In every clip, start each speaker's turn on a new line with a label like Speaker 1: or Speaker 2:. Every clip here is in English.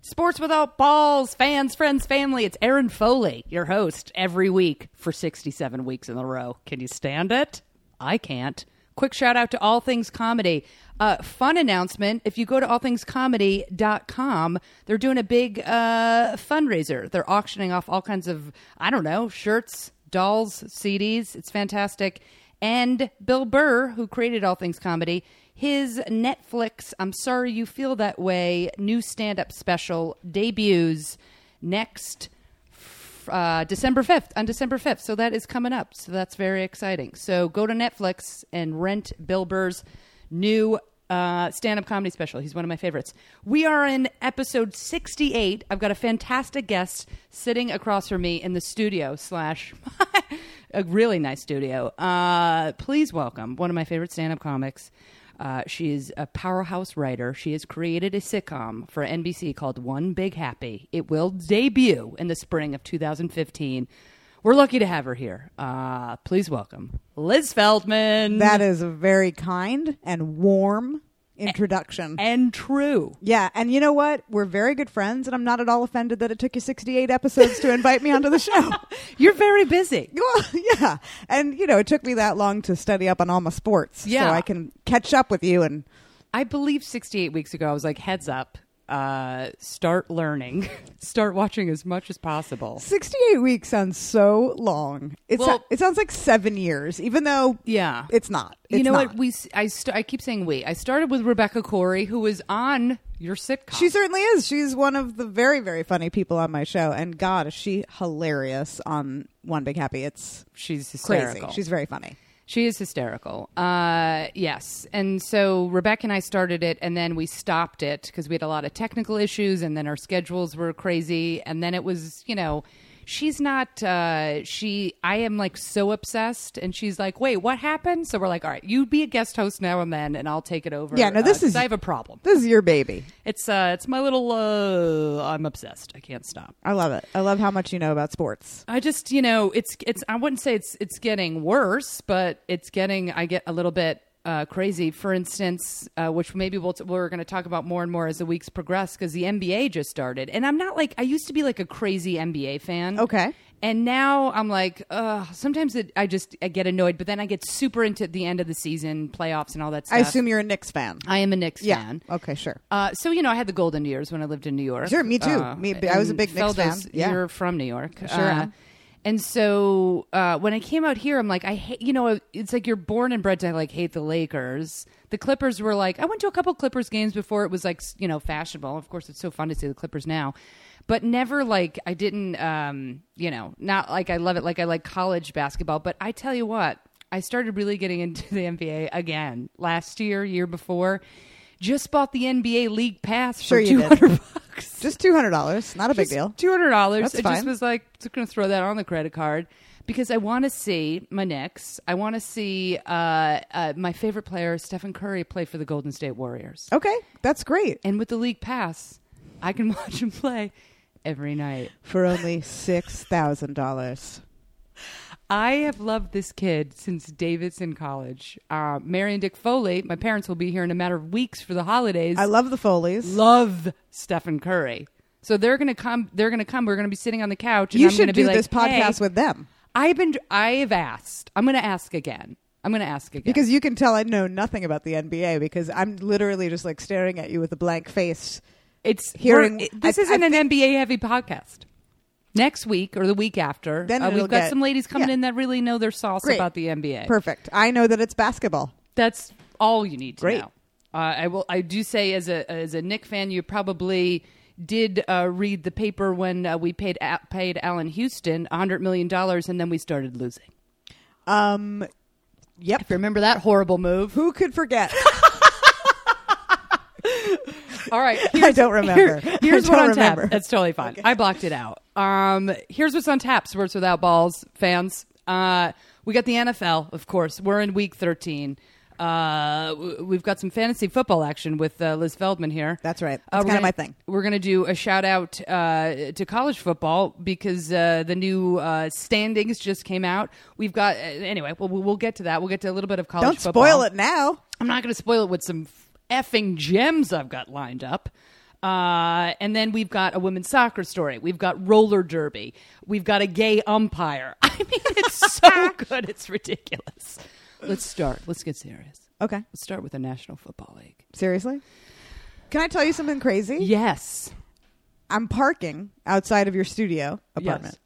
Speaker 1: Sports Without Balls, fans, friends, family. It's Aaron Foley, your host, every week for 67 weeks in a row. Can you stand it? I can't. Quick shout out to All Things Comedy. Uh, fun announcement if you go to allthingscomedy.com, they're doing a big uh, fundraiser. They're auctioning off all kinds of, I don't know, shirts, dolls, CDs. It's fantastic. And Bill Burr, who created All Things Comedy, his Netflix, I'm Sorry You Feel That Way, new stand up special debuts next f- uh, December 5th, on December 5th. So that is coming up. So that's very exciting. So go to Netflix and rent Bill Burr's new uh, stand up comedy special. He's one of my favorites. We are in episode 68. I've got a fantastic guest sitting across from me in the studio, slash, a really nice studio. Uh, please welcome one of my favorite stand up comics. Uh, she is a powerhouse writer. She has created a sitcom for NBC called One Big Happy. It will debut in the spring of 2015. We're lucky to have her here. Uh, please welcome Liz Feldman.
Speaker 2: That is a very kind and warm introduction.
Speaker 1: and true.
Speaker 2: yeah, and you know what? We're very good friends, and I'm not at all offended that it took you 68 episodes to invite me onto the show.
Speaker 1: You're very busy.
Speaker 2: Well, yeah, and you know, it took me that long to study up on all my sports,
Speaker 1: Yeah.
Speaker 2: so I can catch up with you. And
Speaker 1: I believe 68 weeks ago, I was like, heads up, uh, start learning, start watching as much as possible.
Speaker 2: 68 weeks sounds so long. It's
Speaker 1: Well-
Speaker 2: it sounds like seven years, even though
Speaker 1: Yeah.
Speaker 2: it's not.
Speaker 1: you
Speaker 2: It's
Speaker 1: know
Speaker 2: not.
Speaker 1: what? We s- I, st- I keep saying we. I started with Rebecca Corey, who was on your sitcom.
Speaker 2: She certainly is. She's one of the very, very funny people on my show, and God, is she hilarious on One Big Happy? It's
Speaker 1: She's
Speaker 2: crazy.
Speaker 1: hysterical.
Speaker 2: She's very funny.
Speaker 1: She is hysterical. Uh, yes. And so Rebecca and I started it, and then we stopped it because we had a lot of technical issues, and then our schedules were crazy. And then it was, you know, she's not, uh, she, I am like so obsessed. And she's like, wait, what happened? So we're like, all right, you be a guest host now and then, and I'll take it over.
Speaker 2: Yeah, no,
Speaker 1: uh,
Speaker 2: this
Speaker 1: 'cause
Speaker 2: is-
Speaker 1: I have a problem.
Speaker 2: This is your baby.
Speaker 1: It's, uh, it's my little, uh, I'm obsessed. I can't stop.
Speaker 2: I love it. I love how much you know about sports.
Speaker 1: I just, you know, it's it's. I wouldn't say it's it's getting worse, but it's getting. I get a little bit uh, crazy. For instance, uh, which maybe we'll t- we're going to talk about more and more as the weeks progress, because the NBA just started, and I'm not like I used to be like a crazy NBA fan.
Speaker 2: Okay.
Speaker 1: And now I'm like, ugh, sometimes it, I just I get annoyed, but then I get super into the end of the season playoffs and all that stuff.
Speaker 2: I assume you're a Knicks fan.
Speaker 1: I am a Knicks
Speaker 2: yeah.
Speaker 1: fan.
Speaker 2: Okay, sure.
Speaker 1: Uh, so you know, I had the golden years when I lived in New York. Uh,
Speaker 2: Sure, me too. Me- I was a
Speaker 1: and
Speaker 2: big Knicks fan.
Speaker 1: Feldo's-
Speaker 2: Yeah.
Speaker 1: you're from New York.
Speaker 2: sure
Speaker 1: Uh,
Speaker 2: am.
Speaker 1: And so uh, when I came out here, I'm like, I hate. You know, it's like you're born and bred to like hate the Lakers. The Clippers were like, I went to a couple Clippers games before it was like s- you know fashionable. Of course, it's so fun to see the Clippers now, but never like I didn't. Um, you know, not like I love it like I like college basketball. But I tell you what, I started really getting into the NBA again last year, year before. Just bought the NBA League Pass
Speaker 2: Sure
Speaker 1: for
Speaker 2: you
Speaker 1: two
Speaker 2: did.
Speaker 1: hundred bucks.
Speaker 2: Just two hundred dollars. Not a big deal.
Speaker 1: Two hundred dollars.
Speaker 2: That's
Speaker 1: I just
Speaker 2: fine.
Speaker 1: was like, just going to throw that on the credit card because I want to see my Knicks. I want to see uh, uh, my favorite player, Stephen Curry, play for the Golden State Warriors.
Speaker 2: Okay, that's great.
Speaker 1: And with the league pass, I can watch him play every night.
Speaker 2: For only six thousand dollars.
Speaker 1: I have loved this kid since Davidson College. Uh, Mary and Dick Foley. My parents will be here in a matter of weeks for the holidays.
Speaker 2: I love the Foley's.
Speaker 1: love Stephen Curry. So they're gonna come. They're gonna come. We're gonna be sitting on the couch. And
Speaker 2: you
Speaker 1: I'm
Speaker 2: should
Speaker 1: gonna be
Speaker 2: do
Speaker 1: like,
Speaker 2: this podcast
Speaker 1: "Hey,
Speaker 2: with them
Speaker 1: I've been. I've asked. I'm going to ask again. I'm going to ask again.
Speaker 2: because you can tell I know nothing about the NBA because I'm literally just like staring at you with a blank face.
Speaker 1: it's
Speaker 2: hearing-
Speaker 1: hearing. this
Speaker 2: I-
Speaker 1: isn't
Speaker 2: I
Speaker 1: an NBA heavy podcast. Next week or the week after,
Speaker 2: Then
Speaker 1: uh,
Speaker 2: it'll
Speaker 1: we've got
Speaker 2: get-
Speaker 1: some ladies coming
Speaker 2: yeah.
Speaker 1: in that really know their sauce
Speaker 2: Great.
Speaker 1: about the NBA.
Speaker 2: Perfect. I know that it's basketball.
Speaker 1: That's all you need to
Speaker 2: Great.
Speaker 1: know. Uh, I will. I do say, as a as a Nick fan, you probably did uh, read the paper when uh, we paid a- paid Allen Houston 100 million dollars, and then we started losing.
Speaker 2: Um, yep.
Speaker 1: If you remember that horrible move.
Speaker 2: Who could forget?
Speaker 1: All right,
Speaker 2: I don't remember.
Speaker 1: Here- here's
Speaker 2: I
Speaker 1: what
Speaker 2: don't
Speaker 1: on
Speaker 2: remember.
Speaker 1: tap. That's totally fine. I blocked it out. Um, here's what's on tap. Sports without balls, fans. Uh, we got the NFL, of course. We're in week 13. Uh, w- we've got some fantasy football action with uh, Liz Feldman here.
Speaker 2: That's right.
Speaker 1: Uh,
Speaker 2: That's
Speaker 1: we're
Speaker 2: kinda
Speaker 1: gonna-
Speaker 2: my thing.
Speaker 1: We're going to do a shout out uh, to college football because uh, the new uh, standings just came out. We've got uh, anyway. We'll, we'll get to that. We'll get to a little bit of college.
Speaker 2: Don't
Speaker 1: football.
Speaker 2: spoil it now.
Speaker 1: I'm not going to spoil it with some effing gems I've got lined up. Uh, and then we've got a women's soccer story. We've got roller derby. We've got a gay umpire. I mean, it's so good. It's ridiculous. Let's start. Let's get serious.
Speaker 2: Okay.
Speaker 1: Let's start with the National Football League.
Speaker 2: Seriously? Can I tell you something crazy?
Speaker 1: Yes.
Speaker 2: I'm parking outside of your studio apartment.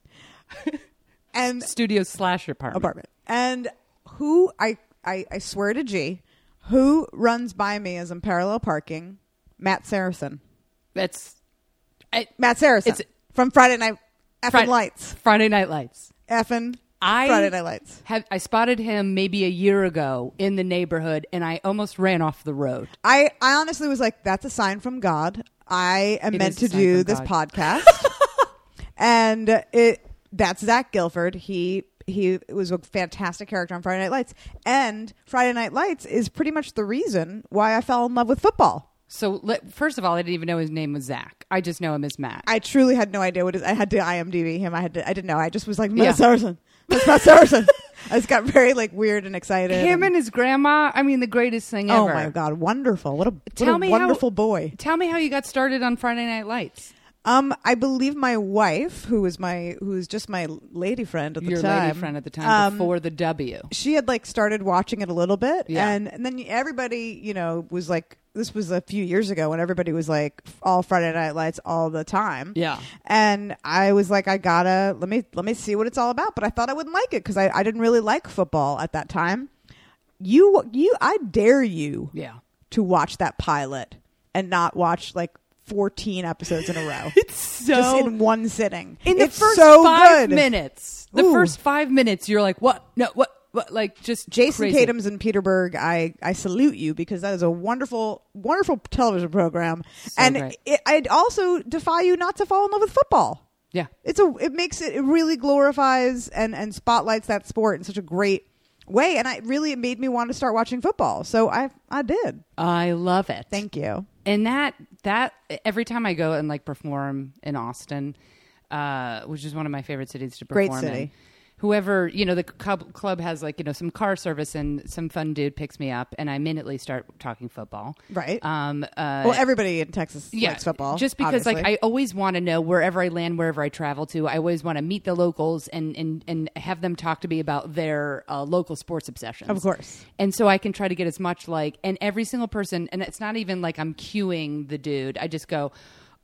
Speaker 2: and
Speaker 1: Studio slash apartment.
Speaker 2: apartment. And who I, I I swear to G, who runs by me as I'm parallel parking? Matt Saracen.
Speaker 1: That's I,
Speaker 2: Matt Saracen
Speaker 1: It's-
Speaker 2: from Friday Night Effing
Speaker 1: Fri-
Speaker 2: Lights.
Speaker 1: Friday Night Lights.
Speaker 2: Effing
Speaker 1: I
Speaker 2: Friday Night Lights.
Speaker 1: Have, I spotted him maybe a year ago in the neighborhood, and I almost ran off the road.
Speaker 2: I I honestly was like, that's a sign from God. I am
Speaker 1: It
Speaker 2: meant
Speaker 1: is a
Speaker 2: to
Speaker 1: sign
Speaker 2: do
Speaker 1: from
Speaker 2: this
Speaker 1: God.
Speaker 2: podcast, and it that's Zach Guilford. He he was a fantastic character on Friday Night Lights, and Friday Night Lights is pretty much the reason why I fell in love with football.
Speaker 1: So let, first of all, I didn't even know his name was Zach. I just know him as Matt.
Speaker 2: I truly had no idea what it is. I had to IMDb him. I had to, I didn't know. I just was like, Matt
Speaker 1: Yeah.
Speaker 2: Saracen. That's Matt Saracen. I just got very like weird and excited.
Speaker 1: him and his grandma. I mean, the greatest thing
Speaker 2: oh
Speaker 1: ever.
Speaker 2: my god, wonderful! What a what
Speaker 1: Tell
Speaker 2: a
Speaker 1: me how-
Speaker 2: wonderful boy.
Speaker 1: Tell me how you got started on Friday Night Lights.
Speaker 2: Um, I believe my wife, who was my who was just my lady friend at the
Speaker 1: Your
Speaker 2: time,
Speaker 1: lady friend at the time
Speaker 2: um,
Speaker 1: before the W.
Speaker 2: she had like started watching it a little bit
Speaker 1: Yeah.
Speaker 2: and, and then everybody you know was like this was a few years ago when everybody was like all friday night lights all the time
Speaker 1: Yeah.
Speaker 2: and i was like i gotta let me let me see what it's all about but i thought i wouldn't like it because I, I didn't really like football at that time you you i dare you
Speaker 1: Yeah.
Speaker 2: to watch that pilot and not watch like 14 episodes in a row
Speaker 1: So
Speaker 2: just in one sitting
Speaker 1: in the
Speaker 2: It's
Speaker 1: first
Speaker 2: so
Speaker 1: five
Speaker 2: good.
Speaker 1: minutes, the
Speaker 2: Ooh.
Speaker 1: first five minutes, you're like, what? No, what? What? Like just
Speaker 2: Jason
Speaker 1: crazy.
Speaker 2: Tatum's in Peterburg, I, I salute you because that is a wonderful, wonderful television program. and
Speaker 1: great.
Speaker 2: it, I'd also defy you not to fall in love with football.
Speaker 1: Yeah.
Speaker 2: It's a it makes it, it really glorifies and, and spotlights that sport in such a great way. And I really it made me want to start watching football. So I I did.
Speaker 1: I love it.
Speaker 2: Thank you.
Speaker 1: and that that every time I go and like perform in Austin, uh, which is one of my favorite cities to
Speaker 2: Great
Speaker 1: perform in.
Speaker 2: city.
Speaker 1: Whoever you know, the club, club has like you know some car service, and some fun dude picks me up, and I immediately start talking football.
Speaker 2: Right.
Speaker 1: Um. Uh,
Speaker 2: well, everybody in Texas likes football.
Speaker 1: Just because like
Speaker 2: obviously.
Speaker 1: I always want to know wherever I land, wherever I travel to, I always want to meet the locals and and and have them talk to me about their uh, local sports obsessions.
Speaker 2: Of course.
Speaker 1: And so I can try to get as much like and every single person and it's not even like I'm cueing the dude. I just go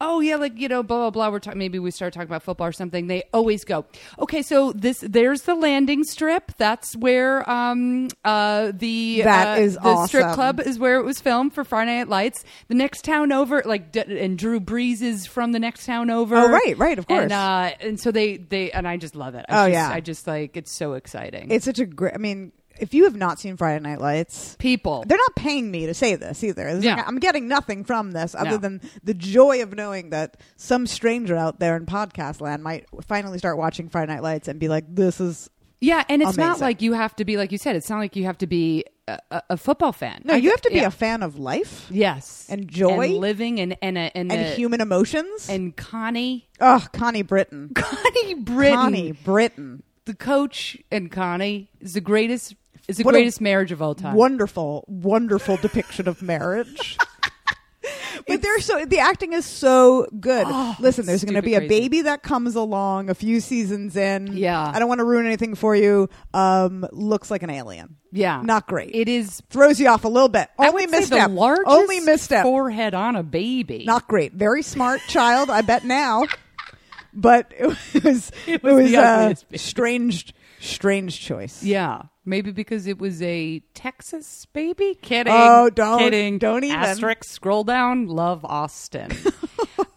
Speaker 1: Oh yeah, like you know, blah blah blah. We're talking. Maybe we start talking about football or something. They always go, okay. So this, there's the landing strip. That's where um uh the
Speaker 2: That
Speaker 1: uh,
Speaker 2: is
Speaker 1: the strip
Speaker 2: awesome.
Speaker 1: club is where it was filmed for Friday Night Lights. The next town over, like, D- and Drew Brees is from the next town over.
Speaker 2: Oh, right, right, of course.
Speaker 1: And, uh, and so they, they, and I just love it.
Speaker 2: Oh,
Speaker 1: I just,
Speaker 2: yeah.
Speaker 1: I just like it's so exciting.
Speaker 2: it's such a great. I mean, if you have not seen Friday Night Lights,
Speaker 1: people.
Speaker 2: They're not paying me to say this either. It's
Speaker 1: Yeah.
Speaker 2: like, I'm getting nothing from this other
Speaker 1: No.
Speaker 2: than the joy of knowing that some stranger out there in podcast land might finally start watching Friday Night Lights and be like, this is.
Speaker 1: Yeah, and it's not
Speaker 2: Amazing.
Speaker 1: like you have to be, like you said, it's not like you have to be a, a- a football fan.
Speaker 2: No,
Speaker 1: I
Speaker 2: you have to be
Speaker 1: yeah.
Speaker 2: a fan of life
Speaker 1: yes,
Speaker 2: and joy
Speaker 1: and living, and and a, and,
Speaker 2: and
Speaker 1: the-
Speaker 2: human emotions.
Speaker 1: and Connie,
Speaker 2: oh, Connie Britton.
Speaker 1: Connie Britton,
Speaker 2: Connie Britton.
Speaker 1: the coach, and Connie is the greatest. Is the
Speaker 2: What a
Speaker 1: greatest marriage of all time.
Speaker 2: Wonderful, wonderful depiction of marriage. But they're so the acting is so good. Listen, there's going to
Speaker 1: stupid
Speaker 2: be a
Speaker 1: Oh, crazy.
Speaker 2: baby that comes along a few seasons in.
Speaker 1: Yeah.
Speaker 2: I don't want to ruin anything for you. Um, looks like an alien.
Speaker 1: yeah,
Speaker 2: not great.
Speaker 1: It is
Speaker 2: Throws you off a little bit. Only
Speaker 1: I would say
Speaker 2: misstep.
Speaker 1: The largest
Speaker 2: Only misstep.
Speaker 1: Forehead on a baby.
Speaker 2: not great. Very smart child, I bet now. But it was it
Speaker 1: was
Speaker 2: was,
Speaker 1: the
Speaker 2: a
Speaker 1: ugliest baby.
Speaker 2: strange, strange choice.
Speaker 1: yeah, maybe because it was a Texas baby. Kidding.
Speaker 2: Oh, don't-
Speaker 1: kidding.
Speaker 2: don't even.
Speaker 1: Asterisk. Scroll down. Love Austin.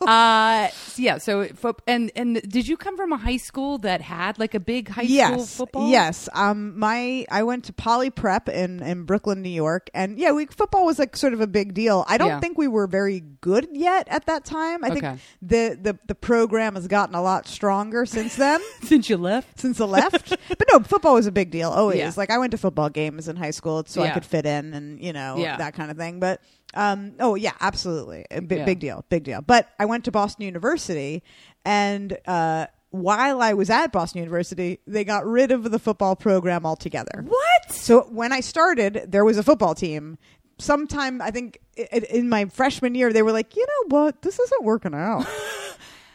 Speaker 1: uh, so yeah. So fo- and and did you come from a high school that had like a big high school
Speaker 2: yes,
Speaker 1: football?
Speaker 2: yes. Um, my I went to Poly Prep in in Brooklyn, New York, and yeah, we football was like sort of a big deal. I don't
Speaker 1: Yeah.
Speaker 2: think we were very good yet at that time. I
Speaker 1: Okay.
Speaker 2: think the, the the program has gotten a lot stronger since then.
Speaker 1: Since you left.
Speaker 2: since the left. but no, football was a big deal always.
Speaker 1: Yeah.
Speaker 2: Like I went to football games in high school so I
Speaker 1: Yeah.
Speaker 2: could fit in and you know
Speaker 1: Yeah.
Speaker 2: that kind of thing. But um, oh yeah, absolutely, a bi-
Speaker 1: Yeah.
Speaker 2: big deal, big deal. But I went to Boston University, and uh, while I was at Boston University, they got rid of the football program altogether.
Speaker 1: What?
Speaker 2: So when I started, there was a football team. sometime I think i- i- in my freshman year they were like, you know what, this isn't working out.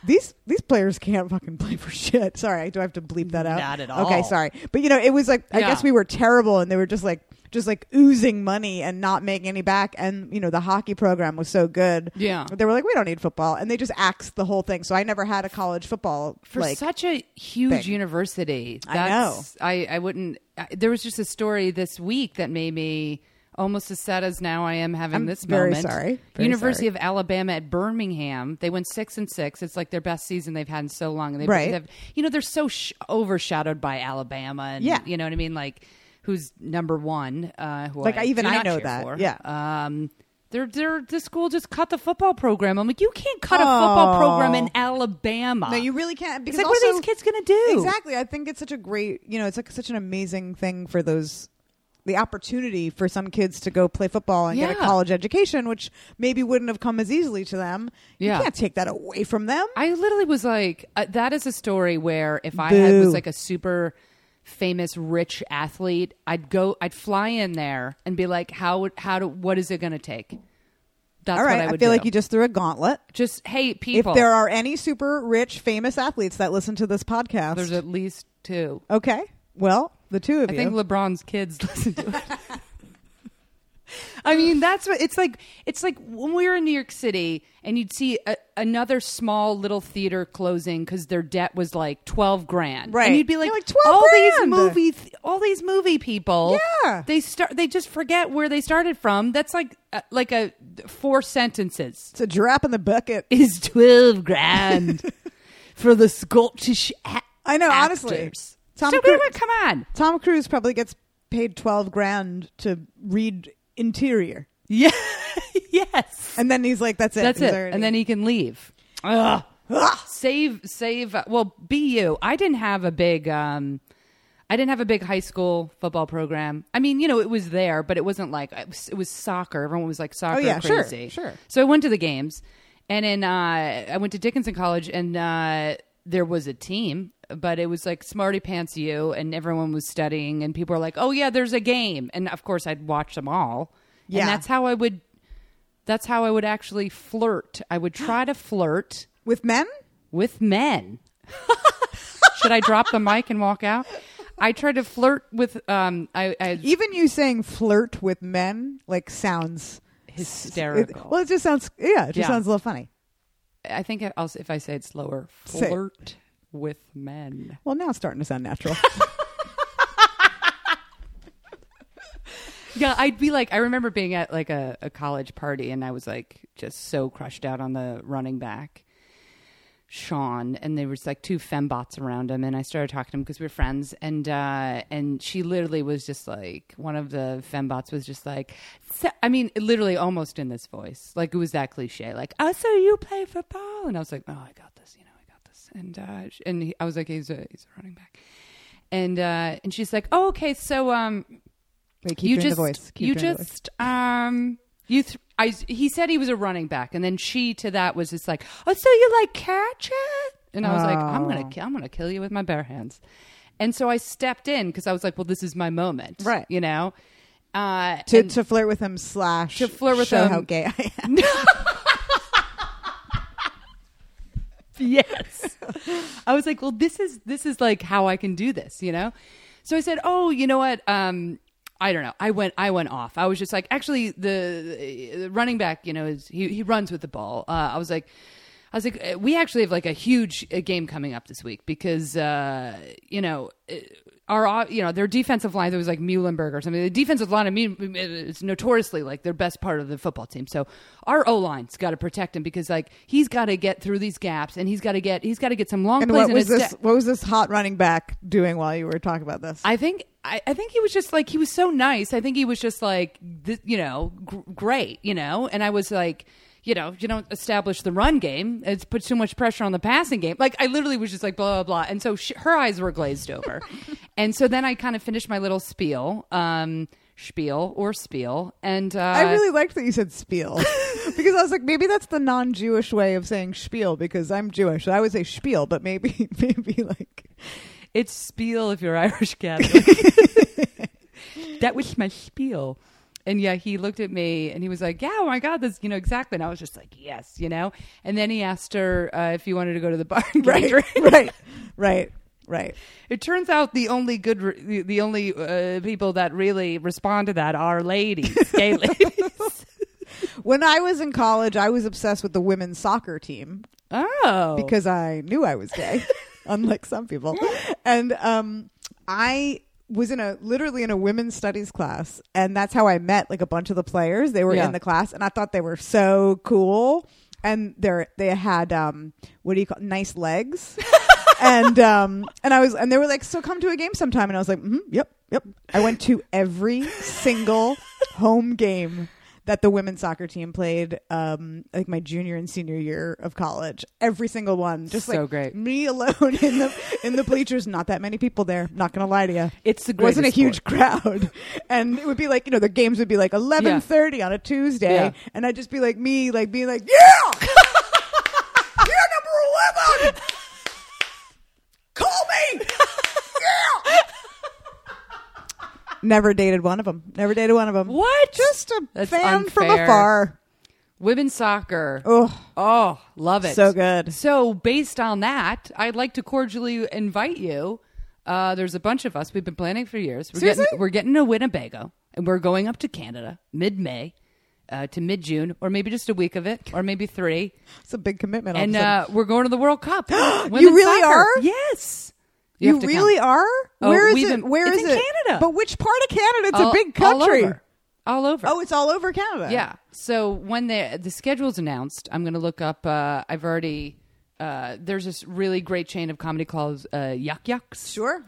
Speaker 2: These these players can't fucking play for shit. Sorry, do I have to bleep that out?
Speaker 1: Not at
Speaker 2: Okay,
Speaker 1: all.
Speaker 2: sorry, but you know it was like I
Speaker 1: Yeah.
Speaker 2: guess we were terrible, and they were just like just like oozing money and not making any back. And you know the hockey program was so good.
Speaker 1: Yeah.
Speaker 2: they were like, we don't need football, and they just axed the whole thing. So I never had a college football
Speaker 1: for
Speaker 2: like
Speaker 1: such a huge
Speaker 2: thing.
Speaker 1: university.
Speaker 2: I
Speaker 1: That's, I I wouldn't. I, there was just a story this week that made me almost as sad as now I am having
Speaker 2: I'm
Speaker 1: this
Speaker 2: very
Speaker 1: moment.
Speaker 2: sorry. Very
Speaker 1: university
Speaker 2: sorry.
Speaker 1: of Alabama at Birmingham. They went six and six. It's like their best season they've had in so long. And they've,
Speaker 2: Right.
Speaker 1: they've- you know, they're so sh- overshadowed by Alabama. And,
Speaker 2: Yeah.
Speaker 1: you know what I mean. Like who's number one? Uh, who
Speaker 2: Like,
Speaker 1: I
Speaker 2: even
Speaker 1: do
Speaker 2: I
Speaker 1: not
Speaker 2: know
Speaker 1: cheer
Speaker 2: that.
Speaker 1: for.
Speaker 2: Yeah.
Speaker 1: Um, they're, they're, the school just cut the football program. I'm like, you can't cut a football program in
Speaker 2: Oh.
Speaker 1: Alabama.
Speaker 2: No, you really can't. Because
Speaker 1: like, what are
Speaker 2: also-
Speaker 1: these kids gonna do?
Speaker 2: Exactly. I think it's such a great, you know, it's like such an amazing thing for those, the opportunity for some kids to go play football and get a
Speaker 1: Yeah.
Speaker 2: college education, which maybe wouldn't have come as easily to them.
Speaker 1: Yeah.
Speaker 2: You can't take that away from them.
Speaker 1: I literally was like, uh, that is a story where if I
Speaker 2: Boo.
Speaker 1: had, was like a super famous rich athlete, I'd go, I'd fly in there and be like, how, would- how do, what is it going to take? That's
Speaker 2: All right.
Speaker 1: what I
Speaker 2: I,
Speaker 1: would
Speaker 2: feel
Speaker 1: do.
Speaker 2: like you just threw a gauntlet.
Speaker 1: just hey people.
Speaker 2: If there are any super rich, famous athletes that listen to this podcast,
Speaker 1: there's at least two.
Speaker 2: okay. Well, the two of
Speaker 1: I
Speaker 2: you.
Speaker 1: think LeBron's kids listen to it. I mean, that's what it's like. It's like when we were in New York City and you'd see a, another small little theater closing because their debt was like twelve grand,
Speaker 2: Right.
Speaker 1: And you'd be like,
Speaker 2: You're like, 12
Speaker 1: all
Speaker 2: grand!"
Speaker 1: these movie, th- all these movie people,
Speaker 2: Yeah.
Speaker 1: they start, they just forget where they started from. That's like, uh, like a four sentences
Speaker 2: it's a drop in the bucket.
Speaker 1: is twelve grand for the Scottish. A-
Speaker 2: I know, honestly.
Speaker 1: actors.
Speaker 2: Tom
Speaker 1: so
Speaker 2: Cruise-
Speaker 1: we were- come on,
Speaker 2: Tom Cruise probably gets paid 12 grand to read interior.
Speaker 1: yeah, yes.
Speaker 2: And then he's like, that's it.
Speaker 1: That's
Speaker 2: He's
Speaker 1: it.
Speaker 2: already-
Speaker 1: And then he can leave. Ugh. Save, save. Well, be you. I didn't have a big, um, I didn't have a big high school football program. I mean, you know, it was there, but it wasn't like it was, it was soccer. Everyone was like soccer
Speaker 2: Oh, yeah, sure,
Speaker 1: crazy.
Speaker 2: sure.
Speaker 1: So I went to the games, and in uh, I went to Dickinson College, and uh, there was a team, but it was like Smarty Pants U, and everyone was studying, and people were like, "Oh yeah, there's a game," and of course I'd watch them all.
Speaker 2: Yeah.
Speaker 1: and that's how I would. That's how I would actually flirt. I would try to flirt
Speaker 2: with men?
Speaker 1: with men. Should I drop the mic and walk out? I tried to flirt with. Um, I, I
Speaker 2: Even you saying flirt with men like sounds
Speaker 1: hysterical.
Speaker 2: it- well, it just sounds yeah, it just
Speaker 1: Yeah.
Speaker 2: sounds a little funny.
Speaker 1: I think I also, if I say it slower,
Speaker 2: Say it.
Speaker 1: flirt with men.
Speaker 2: Well, now it's starting to sound natural.
Speaker 1: Yeah, I'd be like, I remember being at like a, a college party and I was like just so crushed out on the running back, Sean, and there was like two fembots around him, and I started talking to him because we were friends, and uh, and she literally was just like, one of the fembots was just like, so, I mean, literally almost in this voice, like it was that cliche, like, oh, so you play football, and I was like, oh, I got this, you know, I got this, and uh, sh- and he, I was like, he's a he's a running back. And uh, and she's like, oh, okay, so um,
Speaker 2: Wait, keep
Speaker 1: you
Speaker 2: doing
Speaker 1: just,
Speaker 2: the voice. Keep
Speaker 1: you
Speaker 2: doing the voice.
Speaker 1: just, um, you. Th- I, he said he was a running back, and then she to that was just like, "Oh, so you like catch it?" And I was like, "I'm
Speaker 2: Oh.
Speaker 1: gonna, ki- I'm gonna kill you with my bare hands." And so I stepped in because I was like, "Well, this is my moment,
Speaker 2: Right.
Speaker 1: You know." Uh,
Speaker 2: to,
Speaker 1: and-
Speaker 2: to flirt with him slash
Speaker 1: To flirt with
Speaker 2: show
Speaker 1: him.
Speaker 2: how gay I am.
Speaker 1: yes i was like well this is this is like how i can do this you know so i said oh you know what um i don't know i went i went off i was just like actually the, the running back you know is he, he runs with the ball uh, i was like I was like, uh, we actually have like a huge uh, game coming up this week because, uh, you know, uh, our, o- you know, their defensive line, there was like Muhlenberg or something. The defensive line, I mean, uh, it's notoriously like their best part of the football team. So our O line's got to protect him because like he's got to get through these gaps and he's got to get, he's got to get some long
Speaker 2: And
Speaker 1: plays.
Speaker 2: what
Speaker 1: in
Speaker 2: was
Speaker 1: his
Speaker 2: this
Speaker 1: step.
Speaker 2: what was this hot running back doing while you were talking about this?
Speaker 1: I think I, I think he was just like he was so nice. I think he was just like th- you know gr- great, you know. And I was like, you know, you don't establish the run game. It's put too much pressure on the passing game. Like I literally was just like blah blah blah. And so sh her eyes were glazed over. and so then I kind of finished my little spiel, um, spiel or spiel, and uh,
Speaker 2: I really liked that you said spiel because I was like, maybe that's the non-Jewish way of saying spiel because I'm Jewish. I would say spiel, but maybe, maybe like
Speaker 1: It's spiel if you're Irish Catholic. that was my spiel. And yeah, he looked at me and he was like, "Yeah, oh my god, this, you know exactly." And I was just like, "Yes," you know. And then he asked her uh, if you wanted to go to the bar and get a
Speaker 2: Right,
Speaker 1: drink.
Speaker 2: right, right, right.
Speaker 1: It turns out the only good, re- the- the only uh, people that really respond to that are ladies, gay ladies.
Speaker 2: When I was in college, I was obsessed with the women's soccer team
Speaker 1: Oh,
Speaker 2: because I knew I was gay, unlike some people. And um, I was in a literally in a women's studies class, and that's how I met like a bunch of the players. They were
Speaker 1: Yeah.
Speaker 2: in the class, and I thought they were so cool. And they they had um, what do you call nice legs. and um and I was and they were like so come to a game sometime and I was like mm yep yep I went to every single home game that the women's soccer team played um like my junior and senior year of college every single one just
Speaker 1: So
Speaker 2: like
Speaker 1: great.
Speaker 2: me alone in the in the bleachers not that many people there not gonna lie to you
Speaker 1: It's the
Speaker 2: it wasn't a
Speaker 1: greatest
Speaker 2: huge crowd and it would be like you know the games would be like 11:30 on a Tuesday
Speaker 1: Yeah.
Speaker 2: and I'd just be like me like being like yeah you're number 11 Call me. Never dated one of them. Never dated one of them.
Speaker 1: What?
Speaker 2: Just a
Speaker 1: That's
Speaker 2: fan from
Speaker 1: unfair.
Speaker 2: afar.
Speaker 1: women's soccer.
Speaker 2: Ugh.
Speaker 1: Oh, love it.
Speaker 2: So good.
Speaker 1: So, based on that, I'd like to cordially invite you. Uh, there's a bunch of us. We've been planning for years. We're
Speaker 2: Seriously?
Speaker 1: Getting, we're getting to Winnebago, and we're going up to Canada mid May uh, to mid June, or maybe just a week of it, or maybe three.
Speaker 2: It's a big commitment. all
Speaker 1: And
Speaker 2: of a sudden.
Speaker 1: uh, we're going to the World Cup.
Speaker 2: You really are?
Speaker 1: Yes.
Speaker 2: you,
Speaker 1: have to come.
Speaker 2: really are.
Speaker 1: Oh,
Speaker 2: Where is
Speaker 1: we've
Speaker 2: it?
Speaker 1: been-
Speaker 2: Where
Speaker 1: it's
Speaker 2: is
Speaker 1: in
Speaker 2: it?
Speaker 1: Canada.
Speaker 2: But which part of Canada? It's a
Speaker 1: All-
Speaker 2: big country.
Speaker 1: All over. All over.
Speaker 2: Oh, it's all over Canada.
Speaker 1: Yeah. So when the the schedule's announced, I'm going to look up. Uh, I've already uh, there's this really great chain of comedy clubs, uh, Yuck Yucks,
Speaker 2: Sure.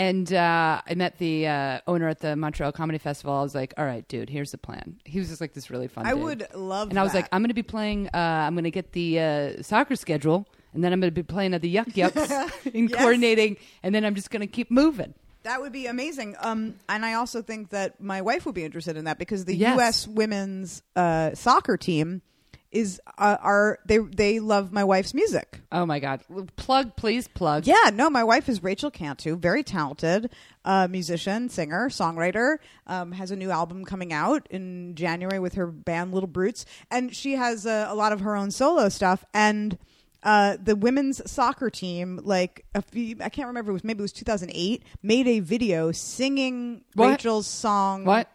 Speaker 1: and uh, I met the uh, owner at the Montreal Comedy Festival. I was like, "All right, dude, here's the plan." He was just like this really fun.
Speaker 2: I
Speaker 1: dude.
Speaker 2: would love
Speaker 1: And I was
Speaker 2: that.
Speaker 1: like, "I'm going to be playing. Uh, I'm going to get the uh, soccer schedule, and then I'm going to be playing at the Yuck Yucks in
Speaker 2: Yes.
Speaker 1: coordinating, and then I'm just going to keep moving."
Speaker 2: That would be amazing. Um, and I also think that my wife would be interested in that because the
Speaker 1: Yes.
Speaker 2: U.S. women's uh, soccer team is uh, are they they love my wife's music.
Speaker 1: Oh my god! Plug, please plug.
Speaker 2: Uh, Yeah, no, my wife is Rachel Cantu, very talented uh, musician, singer, songwriter. Um, has a new album coming out in January with her band Little Brutes, and she has uh, a lot of her own solo stuff. And uh, the women's soccer team, like a few, I can't remember, it was maybe it was 2008, made a video singing
Speaker 1: What?
Speaker 2: Rachel's song.
Speaker 1: What?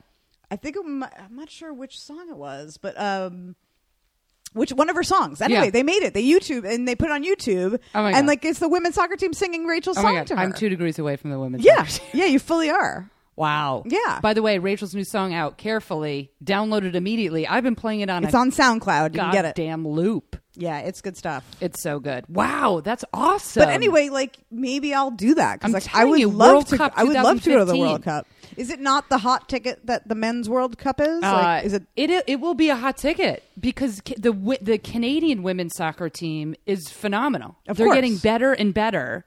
Speaker 2: I think it, mi- I'm not sure which song it was, but. Um, which one of her songs? Anyway,
Speaker 1: Yeah.
Speaker 2: they made it. They YouTube and they put it on YouTube.
Speaker 1: Oh my
Speaker 2: and
Speaker 1: God.
Speaker 2: like it's the women's soccer team singing Rachel's
Speaker 1: Oh
Speaker 2: song
Speaker 1: my god!
Speaker 2: to her.
Speaker 1: I'm two degrees away from the women's.
Speaker 2: Yeah,
Speaker 1: soccer team.
Speaker 2: yeah, you fully are.
Speaker 1: Wow.
Speaker 2: Yeah.
Speaker 1: By the way, Rachel's new song out carefully, downloaded immediately. I've been playing it on
Speaker 2: It's
Speaker 1: a
Speaker 2: on SoundCloud. You can get it.
Speaker 1: goddamn loop.
Speaker 2: Yeah, it's good stuff.
Speaker 1: It's so good. Wow, that's awesome.
Speaker 2: But anyway, like maybe I'll do that
Speaker 1: Um, I'm
Speaker 2: because like I
Speaker 1: telling
Speaker 2: would
Speaker 1: you,
Speaker 2: love
Speaker 1: World
Speaker 2: to.
Speaker 1: Cup
Speaker 2: I would love to go to the
Speaker 1: 2015.
Speaker 2: World Cup. Is it not the hot ticket that the men's World Cup is?
Speaker 1: Uh,
Speaker 2: like, is it?
Speaker 1: it it will be a hot ticket because ca- the wi- the Canadian women's soccer team is phenomenal.
Speaker 2: Of
Speaker 1: They're
Speaker 2: course. Hmm.
Speaker 1: getting better and better.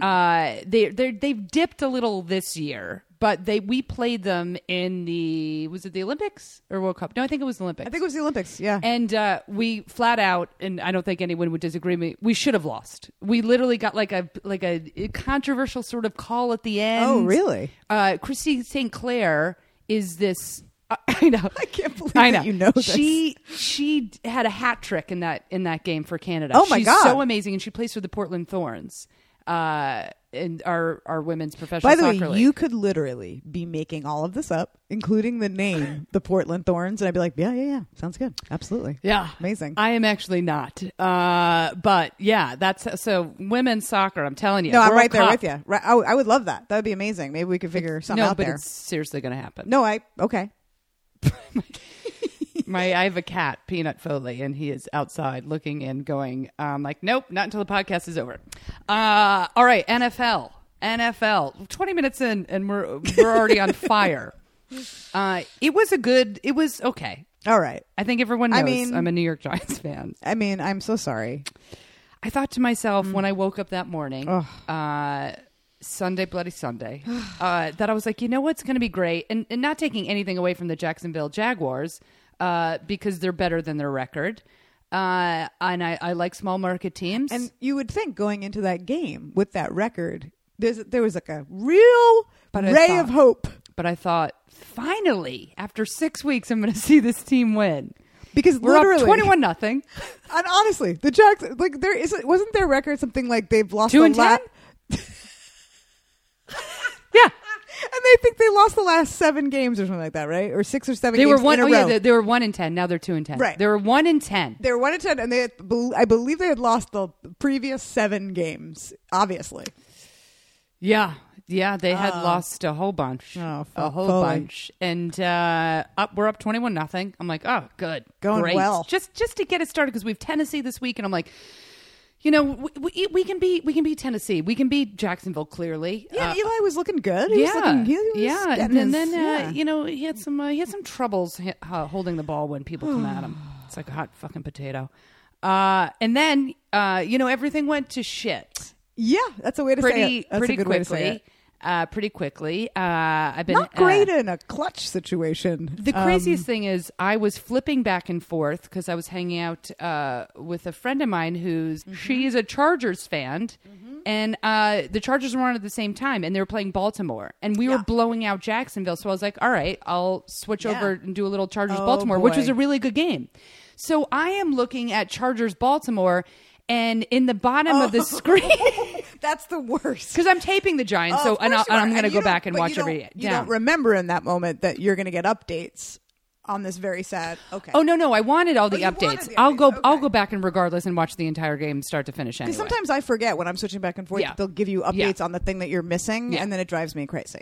Speaker 1: Uh, they they they've dipped a little this year, but they we played them in the was it the Olympics or World Cup? No, I think it was the Olympics.
Speaker 2: I think it was the Olympics. Yeah,
Speaker 1: And uh, we flat out, and I don't think anyone would disagree with me. We should have lost. We literally got like a like a controversial sort of call at the end.
Speaker 2: Oh, really?
Speaker 1: Uh, Christy St. Clair is this. I- I know. I
Speaker 2: can't believe
Speaker 1: I know.
Speaker 2: that you know this.
Speaker 1: She she had a hat trick in that in that game for Canada.
Speaker 2: Oh, my
Speaker 1: She's
Speaker 2: God.
Speaker 1: So amazing, and she plays for the Portland Thorns. Uh, in our our women's professional
Speaker 2: By the way,
Speaker 1: soccer league.
Speaker 2: you could literally be making all of this up, including the name, the Portland Thorns, and I'd be like, yeah, yeah, yeah, sounds good, absolutely,
Speaker 1: Yeah.
Speaker 2: amazing.
Speaker 1: I am actually not. Uh, but yeah, that's so women's soccer, I'm telling you.
Speaker 2: no, I'm
Speaker 1: World
Speaker 2: right there
Speaker 1: Cup.
Speaker 2: with you. Right, I, w- I would love that. That would be amazing. Maybe we could figure something
Speaker 1: No,
Speaker 2: out
Speaker 1: but
Speaker 2: there.
Speaker 1: it's seriously going to happen.
Speaker 2: No, I okay.
Speaker 1: My I have a cat, Peanut Foley, and he is outside looking in going um like nope, not until the podcast is over. Uh, all right, NFL. NFL. 20 minutes in and we're we're already on fire. Uh, it was a good it was okay.
Speaker 2: All right.
Speaker 1: I think everyone knows
Speaker 2: I mean-
Speaker 1: I'm a New York Giants fan.
Speaker 2: I mean, I'm so sorry.
Speaker 1: I thought to myself
Speaker 2: Mm.
Speaker 1: when I woke up that morning, uh, Sunday, bloody Sunday, uh, that I was like, you know what's going to be great? And, and not taking anything away from the Jacksonville Jaguars uh, because they're better than their record. Uh, and I, I like small market teams.
Speaker 2: And you would think going into that game with that record, there's there was like a real
Speaker 1: But I
Speaker 2: ray
Speaker 1: thought-
Speaker 2: of hope.
Speaker 1: but I thought, finally, after six weeks, I'm going to see this team win.
Speaker 2: Because
Speaker 1: We're
Speaker 2: literally,
Speaker 1: up twenty-one nothing.
Speaker 2: And honestly, the Jacks like there isn't wasn't their record something like they've lost
Speaker 1: Two
Speaker 2: the
Speaker 1: and
Speaker 2: la-
Speaker 1: ten? Yeah,
Speaker 2: and they think they lost the last seven games or something like that, right? Or six or seven.
Speaker 1: they
Speaker 2: games
Speaker 1: were one.
Speaker 2: In a
Speaker 1: Oh yeah,
Speaker 2: row.
Speaker 1: they, they were one in ten. Now they're two and ten.
Speaker 2: Right.
Speaker 1: They were one in ten.
Speaker 2: They were one and ten, and they had, I believe they had lost the previous seven games. Obviously,
Speaker 1: Yeah, yeah, they had lost a whole bunch,
Speaker 2: Oh, fu-
Speaker 1: a whole
Speaker 2: fully.
Speaker 1: bunch, and uh, up we're up twenty-one nothing. I'm like, oh, good,
Speaker 2: Going
Speaker 1: great.
Speaker 2: well.
Speaker 1: Just just to get it started because we've Tennessee this week, and I'm like, you know, we, we, we can be we can be Tennessee, we can be Jacksonville clearly.
Speaker 2: yeah.
Speaker 1: Uh,
Speaker 2: Eli was looking good. He
Speaker 1: yeah,
Speaker 2: was looking, he was
Speaker 1: yeah,
Speaker 2: getting
Speaker 1: and,
Speaker 2: his-
Speaker 1: then
Speaker 2: yeah.
Speaker 1: Uh, you know he had some uh, he had some troubles hi- uh, holding the ball when people come at him. It's like a hot fucking potato. Uh, and then uh, you know everything went to shit
Speaker 2: yeah, that's a way to say
Speaker 1: pretty
Speaker 2: it. That's
Speaker 1: pretty
Speaker 2: a good
Speaker 1: quickly.
Speaker 2: way to say it.
Speaker 1: Uh, pretty quickly. Uh, I've been
Speaker 2: Not great um,
Speaker 1: uh,
Speaker 2: in a clutch situation. Uh,
Speaker 1: the craziest thing is, I was flipping back and forth because I was hanging out uh, with a friend of mine who's
Speaker 2: Mm-hmm.
Speaker 1: she is a Chargers fan, and uh, the Chargers were on at the same time, and they were playing Baltimore, and we were
Speaker 2: Yeah.
Speaker 1: blowing out Jacksonville. So I was like, all right, I'll switch
Speaker 2: Yeah.
Speaker 1: over and do a little Chargers
Speaker 2: Oh,
Speaker 1: Baltimore, which
Speaker 2: boy.
Speaker 1: was a really good game. So I am looking at Chargers Baltimore, and in the bottom of the
Speaker 2: Oh.
Speaker 1: screen.
Speaker 2: that's the worst.
Speaker 1: Because I'm taping the Giants, so
Speaker 2: Oh, Of
Speaker 1: and, I,
Speaker 2: course you are.
Speaker 1: I'm going to
Speaker 2: you
Speaker 1: go
Speaker 2: don't-
Speaker 1: back and
Speaker 2: but
Speaker 1: watch
Speaker 2: you don't-
Speaker 1: every.
Speaker 2: You
Speaker 1: yeah.
Speaker 2: don't remember in that moment that you're going to get updates on this very sad. Okay.
Speaker 1: oh no, no, I wanted all the
Speaker 2: you wanted
Speaker 1: updates.
Speaker 2: the
Speaker 1: I'll go.
Speaker 2: updates,
Speaker 1: I'll
Speaker 2: okay.
Speaker 1: go back and regardless and watch the entire game start to finish. Anyway,
Speaker 2: Because sometimes I forget when I'm switching back and forth.
Speaker 1: Yeah.
Speaker 2: that They'll give you
Speaker 1: Yeah.
Speaker 2: updates on the thing that you're missing,
Speaker 1: Yeah.
Speaker 2: and then it drives me crazy.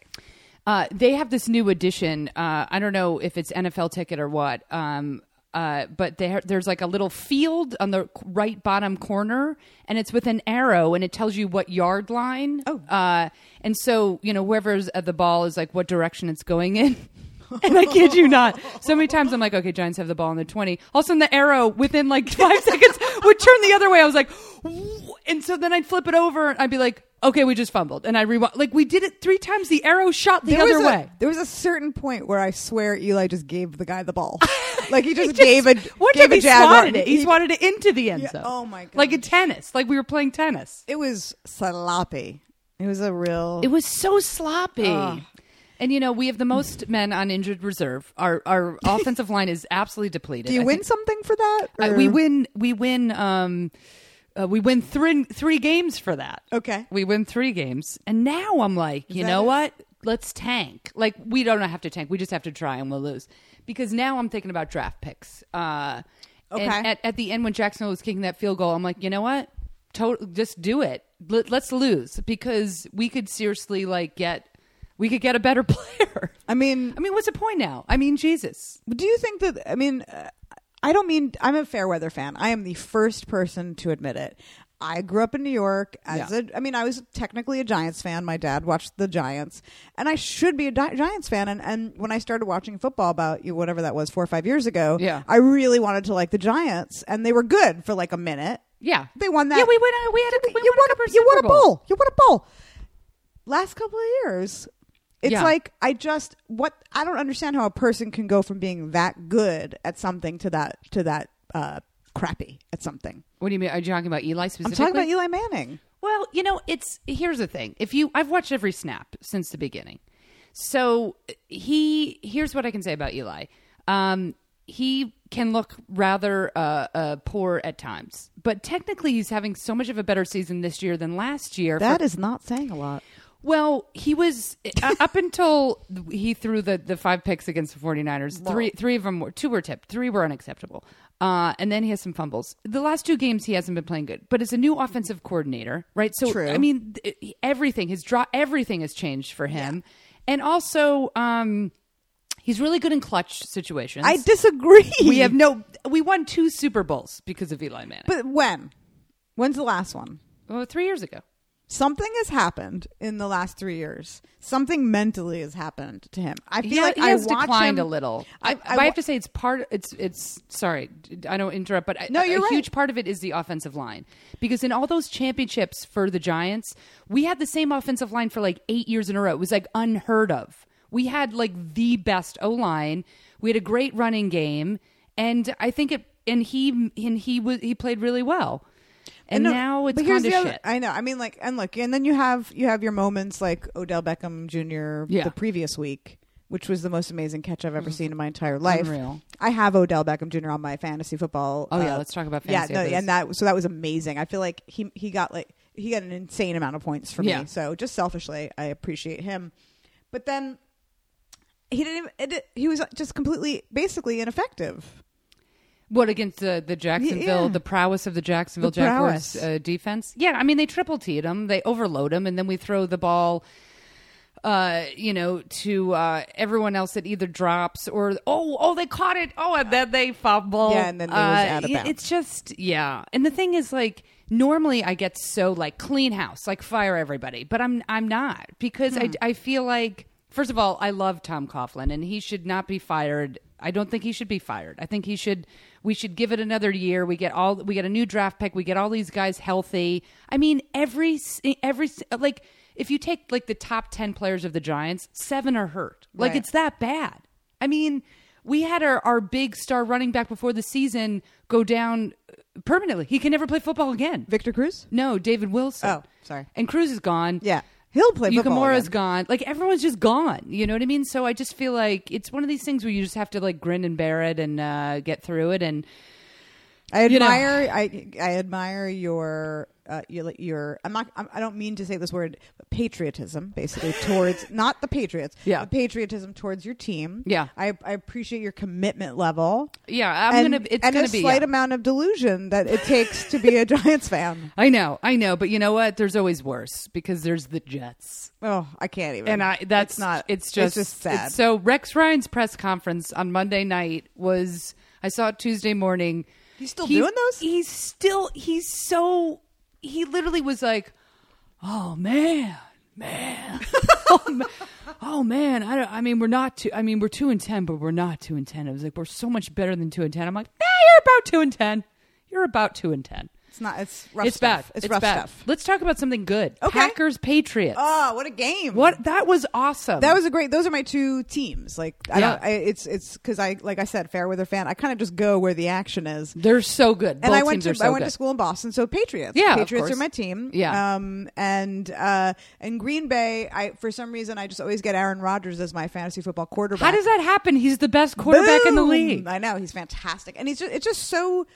Speaker 1: uh, they have this new edition. Uh, I don't know if it's NFL ticket or what. Um, uh, but there, there's like a little field on the right bottom corner, and it's with an arrow, and it tells you what yard line.
Speaker 2: Oh.
Speaker 1: uh, and so you know whoever's at the ball is like what direction it's going in. And I kid you not. So many times I'm like, okay, Giants have the ball in the 20. All of a sudden, the arrow within like five seconds would turn the other way. I was like, "Wh-" and so then I'd flip it over and I'd be like, okay, we just fumbled. And I rewind. Like, we did it three times. The arrow shot the
Speaker 2: There
Speaker 1: other
Speaker 2: was a-
Speaker 1: way.
Speaker 2: There was a certain point where I swear Eli just gave the guy the ball. like he just, gave a
Speaker 1: What
Speaker 2: gave
Speaker 1: if
Speaker 2: a
Speaker 1: he
Speaker 2: jab.
Speaker 1: swatted
Speaker 2: on-
Speaker 1: it? He,
Speaker 2: he-
Speaker 1: swatted it into the end
Speaker 2: Yeah,
Speaker 1: zone.
Speaker 2: oh my gosh.
Speaker 1: Like in tennis. Like we were playing tennis.
Speaker 2: It was sloppy. It was a real.
Speaker 1: It was so sloppy. And you know we have the most men on injured reserve. Our our offensive line is absolutely depleted.
Speaker 2: Do you
Speaker 1: I
Speaker 2: win something for that?
Speaker 1: I, we
Speaker 2: or-
Speaker 1: win we win um uh, we win three three games for that
Speaker 2: Okay.
Speaker 1: we win three games and now i'm like you
Speaker 2: that
Speaker 1: know
Speaker 2: it?
Speaker 1: what let's tank like we don't have to tank we just have to try and we'll lose because now i'm thinking about draft picks uh and
Speaker 2: Okay.
Speaker 1: at, at the end when jacksonville was kicking that field goal i'm like you know what to- just do it Let, let's lose because we could seriously like get we could get a better player
Speaker 2: I mean,
Speaker 1: i mean what's the point now i mean jesus
Speaker 2: do you think that? I mean, uh, I don't mean. I'm a fair weather fan. I am the first person to admit it. I grew up in New York. As
Speaker 1: Yeah.
Speaker 2: a, I mean, I was technically a Giants fan. My dad watched the Giants, and I should be a Di- Giants fan. And, and when I started watching football about you, whatever that was, four or five years ago,
Speaker 1: Yeah.
Speaker 2: I really wanted to like the Giants, and they were good for like a minute.
Speaker 1: yeah
Speaker 2: They won that.
Speaker 1: yeah we went we had a, we
Speaker 2: you
Speaker 1: won a,
Speaker 2: won
Speaker 1: couple
Speaker 2: a, you won
Speaker 1: Super
Speaker 2: a
Speaker 1: Bowls.
Speaker 2: bowl. You won a bowl. Last couple of years, it's
Speaker 1: Yeah.
Speaker 2: like I just what I don't understand how a person can go from being that good at something to that to that uh, crappy at something.
Speaker 1: What do you mean? Are you talking about Eli
Speaker 2: I'm
Speaker 1: specifically?
Speaker 2: talking about Eli Manning.
Speaker 1: Well, you know, it's here's the thing. If you, I've watched every snap since the beginning. So he, here's what I can say about Eli. Um, he can look rather uh, uh, poor at times, but technically, he's having so much of a better season this year than last year. for
Speaker 2: That is not saying a lot.
Speaker 1: well, he was uh, up until he threw the, the five picks against the 49ers. Three three of them were two were tipped, three were unacceptable. Uh, and then he has some fumbles. The last two games he hasn't been playing good, but it's a new offensive coordinator, right? So
Speaker 2: True.
Speaker 1: I mean, th- everything his draw everything has changed for him. And also um he's really good in clutch situations.
Speaker 2: I disagree.
Speaker 1: we have no we won two Super Bowls because of Eli Manning.
Speaker 2: but when? When's the last one?
Speaker 1: well, 3 years ago.
Speaker 2: Something has happened in the last three years. Something mentally has happened to him. I feel
Speaker 1: he,
Speaker 2: like
Speaker 1: he
Speaker 2: I
Speaker 1: has
Speaker 2: watch
Speaker 1: declined
Speaker 2: him-
Speaker 1: a little. I, but I,
Speaker 2: wa-
Speaker 1: have to say it's part. It's it's sorry, I don't interrupt, but I,
Speaker 2: No, you're
Speaker 1: a
Speaker 2: right.
Speaker 1: huge part of it is the offensive line because in all those championships for the Giants, we had the same offensive line for like eight years in a row. It was like unheard of. We had like the best O line. We had a great running game, and I think it. And he and he was he played really well. And
Speaker 2: No,
Speaker 1: now it's
Speaker 2: but here's
Speaker 1: kind of
Speaker 2: the other-
Speaker 1: shit.
Speaker 2: I know. I mean, like, and look, and then you have you have your moments like Odell Beckham Jr.
Speaker 1: Yeah.
Speaker 2: the previous week, which was the most amazing catch I've ever seen in my entire life.
Speaker 1: Unreal.
Speaker 2: I have Odell Beckham Jr. on my fantasy football. uh,
Speaker 1: Oh, yeah, let's talk about fantasy
Speaker 2: Yeah,
Speaker 1: after
Speaker 2: no,
Speaker 1: this.
Speaker 2: and that so that was amazing. I feel like he he got like he got an insane amount of points for
Speaker 1: Yeah.
Speaker 2: me. So just selfishly, I appreciate him. But then he didn't. Even, it, di- he was just completely, basically ineffective.
Speaker 1: What against the the Jacksonville,
Speaker 2: yeah.
Speaker 1: the prowess of the Jacksonville
Speaker 2: The
Speaker 1: Jaguars
Speaker 2: prowess.
Speaker 1: uh, defense? Yeah, I mean they triple teed him, they overload him, and then we throw the ball, uh, you know, to uh, everyone else that either drops or oh oh they caught it oh and then they fumble
Speaker 2: Yeah, and then it was
Speaker 1: uh,
Speaker 2: out of
Speaker 1: it-
Speaker 2: bounds.
Speaker 1: It's just yeah, and the thing is like normally I get so like clean house, like fire everybody, but I'm I'm not because I I feel like first of all I love Tom Coughlin and he should not be fired. I don't think he should be fired. I think he should we should give it another year. We get all we get a new draft pick. We get all these guys healthy. I mean every s- every s- like if you take like the top 10 players of the Giants, 7 are hurt. Like
Speaker 2: Right.
Speaker 1: it's that bad. I mean, we had our, our big star running back before the season go down uh, permanently. He can never play football again.
Speaker 2: Victor Cruz.
Speaker 1: No, David Wilson.
Speaker 2: Oh, sorry.
Speaker 1: And Cruz is gone.
Speaker 2: Yeah, he'll play football.
Speaker 1: Yukamura's
Speaker 2: again.
Speaker 1: gone. Like everyone's just gone. You know what I mean? So I just feel like it's one of these things where you just have to like grin and bear it and uh, get through it. And
Speaker 2: I
Speaker 1: You know.
Speaker 2: admire. I I admire your. Uh, your, your, I'm not. I'm, I don't mean to say this word. But patriotism, basically, towards not the Patriots.
Speaker 1: Yeah.
Speaker 2: but patriotism towards your team.
Speaker 1: Yeah.
Speaker 2: I, I appreciate your commitment level.
Speaker 1: yeah, I'm
Speaker 2: and,
Speaker 1: gonna. It's
Speaker 2: and
Speaker 1: gonna
Speaker 2: a
Speaker 1: be
Speaker 2: slight
Speaker 1: yeah.
Speaker 2: amount of delusion that it takes to be a Giants fan.
Speaker 1: I know, I know, but you know what? There's always worse because there's the Jets.
Speaker 2: Oh, I can't even.
Speaker 1: and I that's
Speaker 2: It's not.
Speaker 1: it's just
Speaker 2: It's just sad.
Speaker 1: it's- so Rex Ryan's press conference on Monday night was I saw it Tuesday morning.
Speaker 2: He's still doing those?
Speaker 1: He's still he's so he literally was like, "Oh man, man." oh, ma- oh, man, I, don't, I mean we're not two. I mean we're two and ten, but we're not two and ten. It was like we're so much better than two and ten. I'm like, nah, you're about two and ten. You're about two and ten.
Speaker 2: it's not. It's rough.
Speaker 1: it's
Speaker 2: stuff.
Speaker 1: bad.
Speaker 2: It's, rough
Speaker 1: bad.
Speaker 2: stuff.
Speaker 1: Let's talk about something good.
Speaker 2: Okay.
Speaker 1: Packers Patriots.
Speaker 2: Oh, what a game!
Speaker 1: What that was awesome.
Speaker 2: That was a great. Those are my two teams. Like, I
Speaker 1: Yeah.
Speaker 2: don't. I, it's it's because I like I said, Fairweather fan. I kind of just go where the action is.
Speaker 1: They're so good.
Speaker 2: And
Speaker 1: Both
Speaker 2: I went
Speaker 1: teams
Speaker 2: to
Speaker 1: are so
Speaker 2: I went
Speaker 1: good.
Speaker 2: to school in Boston, so Patriots.
Speaker 1: Yeah, of
Speaker 2: Patriots are
Speaker 1: course.
Speaker 2: my team.
Speaker 1: Yeah.
Speaker 2: Um. And uh. And Green Bay. I for some reason I just always get Aaron Rodgers as my fantasy football quarterback.
Speaker 1: How does that happen? He's the best quarterback in the
Speaker 2: Boom!
Speaker 1: league.
Speaker 2: I know he's fantastic, and he's just it's just so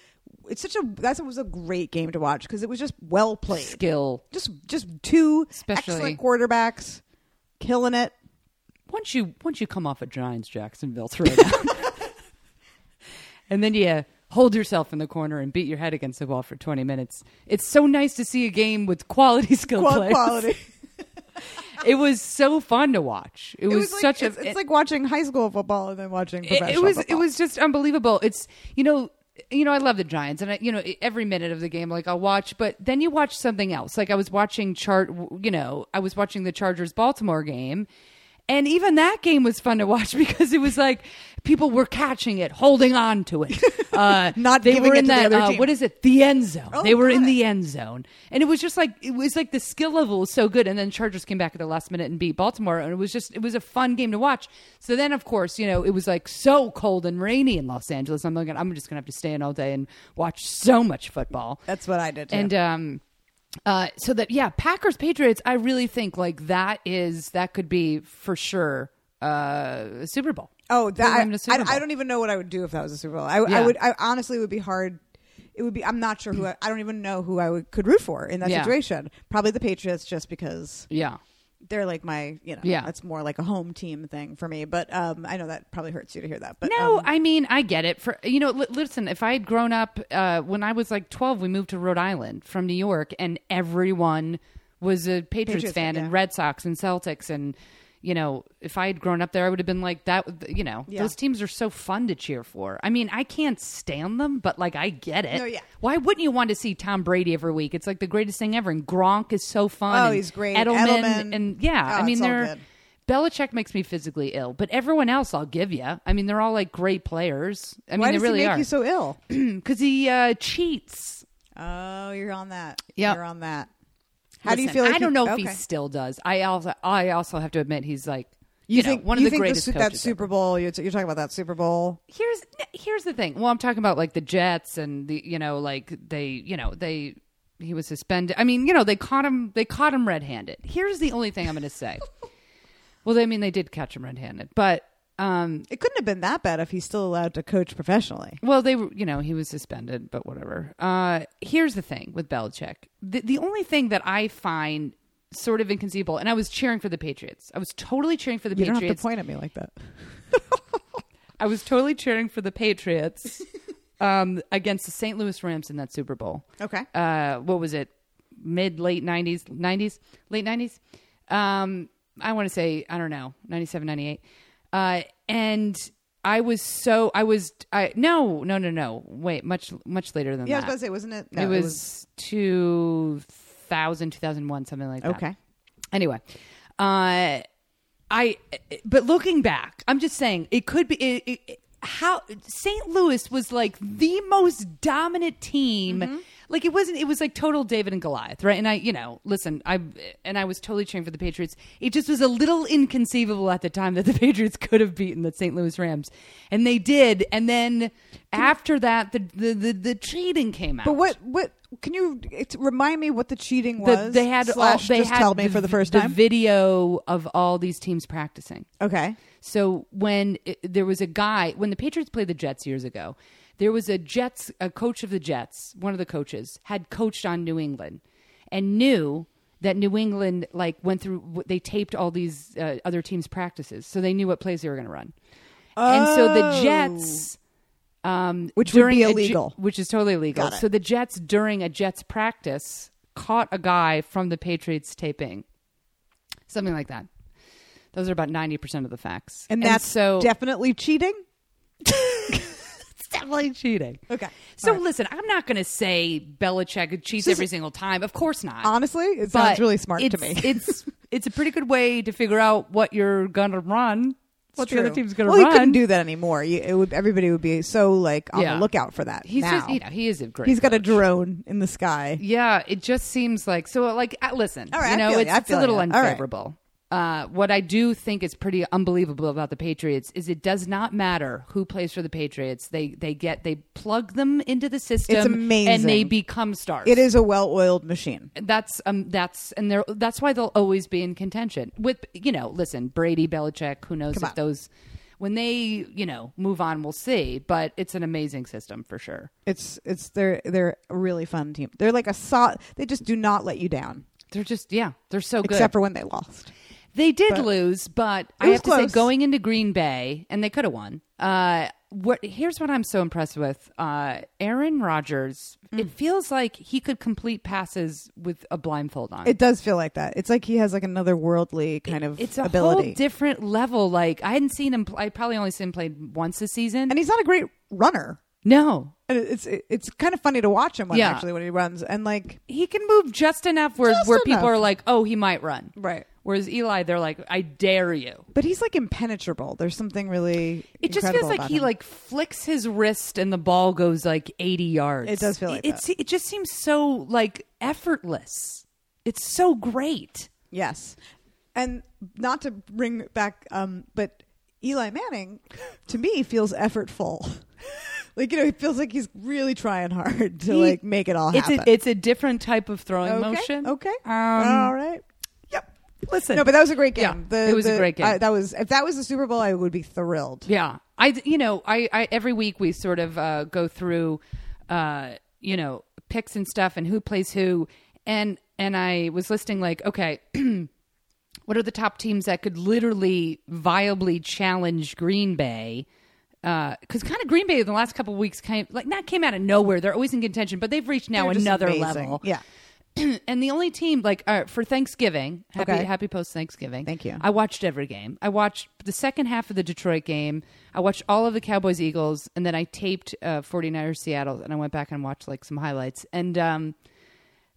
Speaker 2: it's such a that was a great game to watch because it was just well played,
Speaker 1: Skill.
Speaker 2: just just two
Speaker 1: Especially-
Speaker 2: excellent quarterbacks killing it.
Speaker 1: Once you once you come off a Giants Jacksonville throwdown, and then you hold yourself in the corner and beat your head against the wall for twenty minutes. It's so nice to see a game with quality skill
Speaker 2: Qual-
Speaker 1: players.
Speaker 2: Quality.
Speaker 1: It was so fun to watch. It,
Speaker 2: It
Speaker 1: was,
Speaker 2: was like,
Speaker 1: such
Speaker 2: it's,
Speaker 1: a.
Speaker 2: it's
Speaker 1: it-
Speaker 2: like watching high school football and then watching
Speaker 1: it,
Speaker 2: professional.
Speaker 1: it was it
Speaker 2: football.
Speaker 1: was just unbelievable. It's you know you know I love the Giants and I, you know e, every minute of the game like I'll watch, but then you watch something else. Like I was watching chart, you know I was watching the Chargers Baltimore game. And even that game was fun to watch because it was like people were catching it, holding on to it. Uh,
Speaker 2: Not
Speaker 1: they
Speaker 2: giving
Speaker 1: were
Speaker 2: it
Speaker 1: in
Speaker 2: to the
Speaker 1: that
Speaker 2: other
Speaker 1: uh,
Speaker 2: team.
Speaker 1: what is it? The end zone.
Speaker 2: Oh,
Speaker 1: they were in
Speaker 2: got it.
Speaker 1: the end zone, and it was just like it was like the skill level was so good. And then Chargers came back at the last minute and beat Baltimore, and it was just it was a fun game to watch. So then, of course, you know it was like so cold and rainy in Los Angeles. I'm like, I'm just gonna have to stay in all day and watch so much football.
Speaker 2: That's what I did. Too.
Speaker 1: And um, uh, so that yeah, Packers Patriots. I really think like that is that could be for sure uh a Super Bowl.
Speaker 2: Oh,
Speaker 1: Program
Speaker 2: that
Speaker 1: to
Speaker 2: I,
Speaker 1: Super Bowl.
Speaker 2: I, I don't even know what I would do if that was a Super Bowl. I, I
Speaker 1: Yeah.
Speaker 2: would. I honestly would be hard. It would be. I'm not sure who. I, I don't even know who I would, could root for in that
Speaker 1: Yeah.
Speaker 2: situation. Probably the Patriots, just because
Speaker 1: Yeah.
Speaker 2: they're like my. You know,
Speaker 1: Yeah.
Speaker 2: that's more like a home team thing for me. But um, I know that probably hurts you to hear that. But
Speaker 1: No,
Speaker 2: um,
Speaker 1: I mean I get it. For you know, li- listen, if I had grown up uh, when I was like twelve, we moved to Rhode Island from New York, and everyone was a Patriots,
Speaker 2: Patriots fan,
Speaker 1: fan and
Speaker 2: yeah.
Speaker 1: Red Sox and Celtics, and you know, if I had grown up there, I would have been like that. You know,
Speaker 2: Yeah.
Speaker 1: those teams are so fun to cheer for. I mean, I can't stand them, but like I get it.
Speaker 2: No, yeah.
Speaker 1: Why wouldn't you want to see Tom Brady every week? It's like the greatest thing ever, and Gronk is so fun.
Speaker 2: Oh,
Speaker 1: and
Speaker 2: he's great.
Speaker 1: Edelman,
Speaker 2: Edelman.
Speaker 1: and yeah,
Speaker 2: Oh,
Speaker 1: I mean
Speaker 2: it's all
Speaker 1: they're.
Speaker 2: good.
Speaker 1: Belichick makes me physically ill, but everyone else I'll give you. I mean, they're all like great players. I
Speaker 2: why
Speaker 1: mean,
Speaker 2: does
Speaker 1: they really
Speaker 2: he make
Speaker 1: are.
Speaker 2: you so ill?
Speaker 1: Because he uh, cheats.
Speaker 2: oh, you're on that.
Speaker 1: Yep.
Speaker 2: you're on that. How do you
Speaker 1: Listen,
Speaker 2: feel? Like
Speaker 1: I don't know if
Speaker 2: okay.
Speaker 1: he still does. I also, I also have to admit, he's like you,
Speaker 2: You
Speaker 1: know,
Speaker 2: think
Speaker 1: one of
Speaker 2: you
Speaker 1: the
Speaker 2: think
Speaker 1: greatest
Speaker 2: the, su- that
Speaker 1: coaches. ever.
Speaker 2: Super Bowl? You're, t- you're talking about that Super Bowl.
Speaker 1: here's here's the thing. Well, I'm talking about like the Jets and the you know like they you know they he was suspended. I mean you know they caught him they caught him red handed. Here's the only thing I'm going to say. well, I mean they did catch him red handed, but Um,
Speaker 2: It couldn't have been that bad if he's still allowed to coach professionally.
Speaker 1: well, they were, you know, he was suspended, but whatever. Uh, here's the thing with Belichick. The, the only thing that I find sort of inconceivable, and I was cheering for the Patriots. I was totally cheering for the
Speaker 2: You
Speaker 1: Patriots.
Speaker 2: don't have to point at me like that.
Speaker 1: I was totally cheering for the Patriots um, against the St. Louis Rams in that Super Bowl.
Speaker 2: Okay.
Speaker 1: Uh, what was it? Mid late nineties, nineties, late nineties. Um, I want to say I don't know, 97, 98. Uh, and I was so I was I no no no no wait much much later than
Speaker 2: Yeah, I was
Speaker 1: that.
Speaker 2: about to say, wasn't it? No,
Speaker 1: it, was 2000, 2001, something like that.
Speaker 2: Okay.
Speaker 1: Anyway, uh, I but looking back, I'm just saying it could be it, it- it- how St. Louis was like the most dominant team.
Speaker 2: Mm-hmm.
Speaker 1: Like it wasn't. It was like total David and Goliath, right? And I, you know, listen, I and I was totally cheering for the Patriots. It just was a little inconceivable at the time that the Patriots could have beaten the St. Louis Rams, and they did. And then after that, the the the, the cheating came out.
Speaker 2: But what what can you it's, remind me what the cheating
Speaker 1: The-
Speaker 2: was?
Speaker 1: they had
Speaker 2: slash
Speaker 1: all, they
Speaker 2: just
Speaker 1: had
Speaker 2: tell me for the first time.
Speaker 1: video of all these teams practicing.
Speaker 2: okay.
Speaker 1: So when it, there was a guy when the Patriots played the Jets years ago, there was a Jets a coach of the Jets, one of the coaches had coached on New England and knew that New England like went through they taped all these uh, other teams practices, so they knew what plays they were going to run. And so the
Speaker 2: Oh.
Speaker 1: Jets um,
Speaker 2: Which would
Speaker 1: during
Speaker 2: be
Speaker 1: a J-
Speaker 2: illegal.
Speaker 1: which is totally illegal.
Speaker 2: Got it.
Speaker 1: So the Jets during a Jets practice caught a guy from the Patriots taping, something like that. Those are about ninety percent of the facts,
Speaker 2: And that's
Speaker 1: so
Speaker 2: definitely cheating?
Speaker 1: it's definitely cheating.
Speaker 2: Okay.
Speaker 1: So
Speaker 2: All right.
Speaker 1: listen, I'm not going to say Belichick cheats
Speaker 2: So-
Speaker 1: every single time. Of course not.
Speaker 2: honestly, it
Speaker 1: But
Speaker 2: sounds really smart to
Speaker 1: it's-
Speaker 2: me.
Speaker 1: it's it's a pretty good way to figure out what you're going to run, what
Speaker 2: It's
Speaker 1: the other
Speaker 2: true.
Speaker 1: team's going to
Speaker 2: Well,
Speaker 1: run.
Speaker 2: he couldn't do that anymore. You, it would, everybody would be so like on
Speaker 1: Yeah.
Speaker 2: the lookout for that.
Speaker 1: He's
Speaker 2: now.
Speaker 1: just you know he is a great.
Speaker 2: he's got a
Speaker 1: coach.
Speaker 2: drone in the sky.
Speaker 1: Yeah, it just seems like so. Like, uh, listen,
Speaker 2: All right,
Speaker 1: you
Speaker 2: I
Speaker 1: know,
Speaker 2: feel
Speaker 1: it's,
Speaker 2: you, I
Speaker 1: it's a
Speaker 2: feel
Speaker 1: little
Speaker 2: you. All right.
Speaker 1: unfavorable. Uh, what I do think is pretty unbelievable about the Patriots is it does not matter who plays for the Patriots. They they get they plug them into the system. and they
Speaker 2: amazing.
Speaker 1: become stars.
Speaker 2: It is a well-oiled machine.
Speaker 1: That's um that's and they're that's why they'll always be in contention with you know listen Brady Belichick who knows
Speaker 2: Come
Speaker 1: if
Speaker 2: on.
Speaker 1: those when they you know move on we'll see but it's an amazing system for sure
Speaker 2: It's it's they're they're a really fun team. They're like a so, they just do not let you down
Speaker 1: they're just yeah they're so good
Speaker 2: except for when they lost.
Speaker 1: They did
Speaker 2: But-
Speaker 1: lose, but I
Speaker 2: was
Speaker 1: have to say,
Speaker 2: close.
Speaker 1: going into Green Bay, and they could have won. Uh, what, here's what I'm so impressed with: uh, Aaron Rodgers.
Speaker 2: Mm.
Speaker 1: It feels like he could complete passes with a blindfold on.
Speaker 2: It does feel like that. It's like he has like another worldly kind of
Speaker 1: it's a
Speaker 2: ability.
Speaker 1: whole different level. Like I hadn't seen him. Pl- I probably only seen him play once this season.
Speaker 2: and he's not a great runner.
Speaker 1: no,
Speaker 2: And It's it's kind of funny to watch him when
Speaker 1: Yeah.
Speaker 2: actually when he runs and like
Speaker 1: he can move just enough where
Speaker 2: Just
Speaker 1: where people
Speaker 2: enough.
Speaker 1: are like, oh, he might run.
Speaker 2: Right.
Speaker 1: Whereas Eli, they're like, I dare you.
Speaker 2: but he's like impenetrable. There's something really
Speaker 1: It just feels
Speaker 2: incredible
Speaker 1: like
Speaker 2: about
Speaker 1: he
Speaker 2: him.
Speaker 1: like flicks his wrist and the ball goes like 80 yards.
Speaker 2: It does feel like
Speaker 1: it, it's- it just seems so like effortless. It's so great.
Speaker 2: Yes. And not to bring back, um, but Eli Manning to me feels effortful. like, you know, it feels like he's really trying hard to
Speaker 1: He-
Speaker 2: like make it all
Speaker 1: It's
Speaker 2: happen.
Speaker 1: a, it's a different type of throwing
Speaker 2: okay.
Speaker 1: motion.
Speaker 2: Okay.
Speaker 1: Um,
Speaker 2: all right. Yep.
Speaker 1: Listen.
Speaker 2: No, but that was a great
Speaker 1: Yeah,
Speaker 2: game.
Speaker 1: it was a great game.
Speaker 2: I- that was if that was the Super Bowl, I would be thrilled.
Speaker 1: Yeah, I you know I, I every week we sort of uh, go through, uh, you know picks and stuff and who plays who, and and I was listing like okay, what are the top teams that could literally viably challenge Green Bay? Because kind of Green Bay in the last couple of weeks came like not came out of nowhere. They're always in contention, but they've reached now
Speaker 2: They're just
Speaker 1: another
Speaker 2: amazing.
Speaker 1: level.
Speaker 2: Yeah.
Speaker 1: and the only team like uh, for Thanksgiving, happy
Speaker 2: Okay.
Speaker 1: happy post Thanksgiving.
Speaker 2: Thank you.
Speaker 1: I watched every game. I watched the second half of the Detroit game. I watched all of the Cowboys Eagles, and then I taped uh, 49ers Seattle, and I went back and watched like some highlights. And um,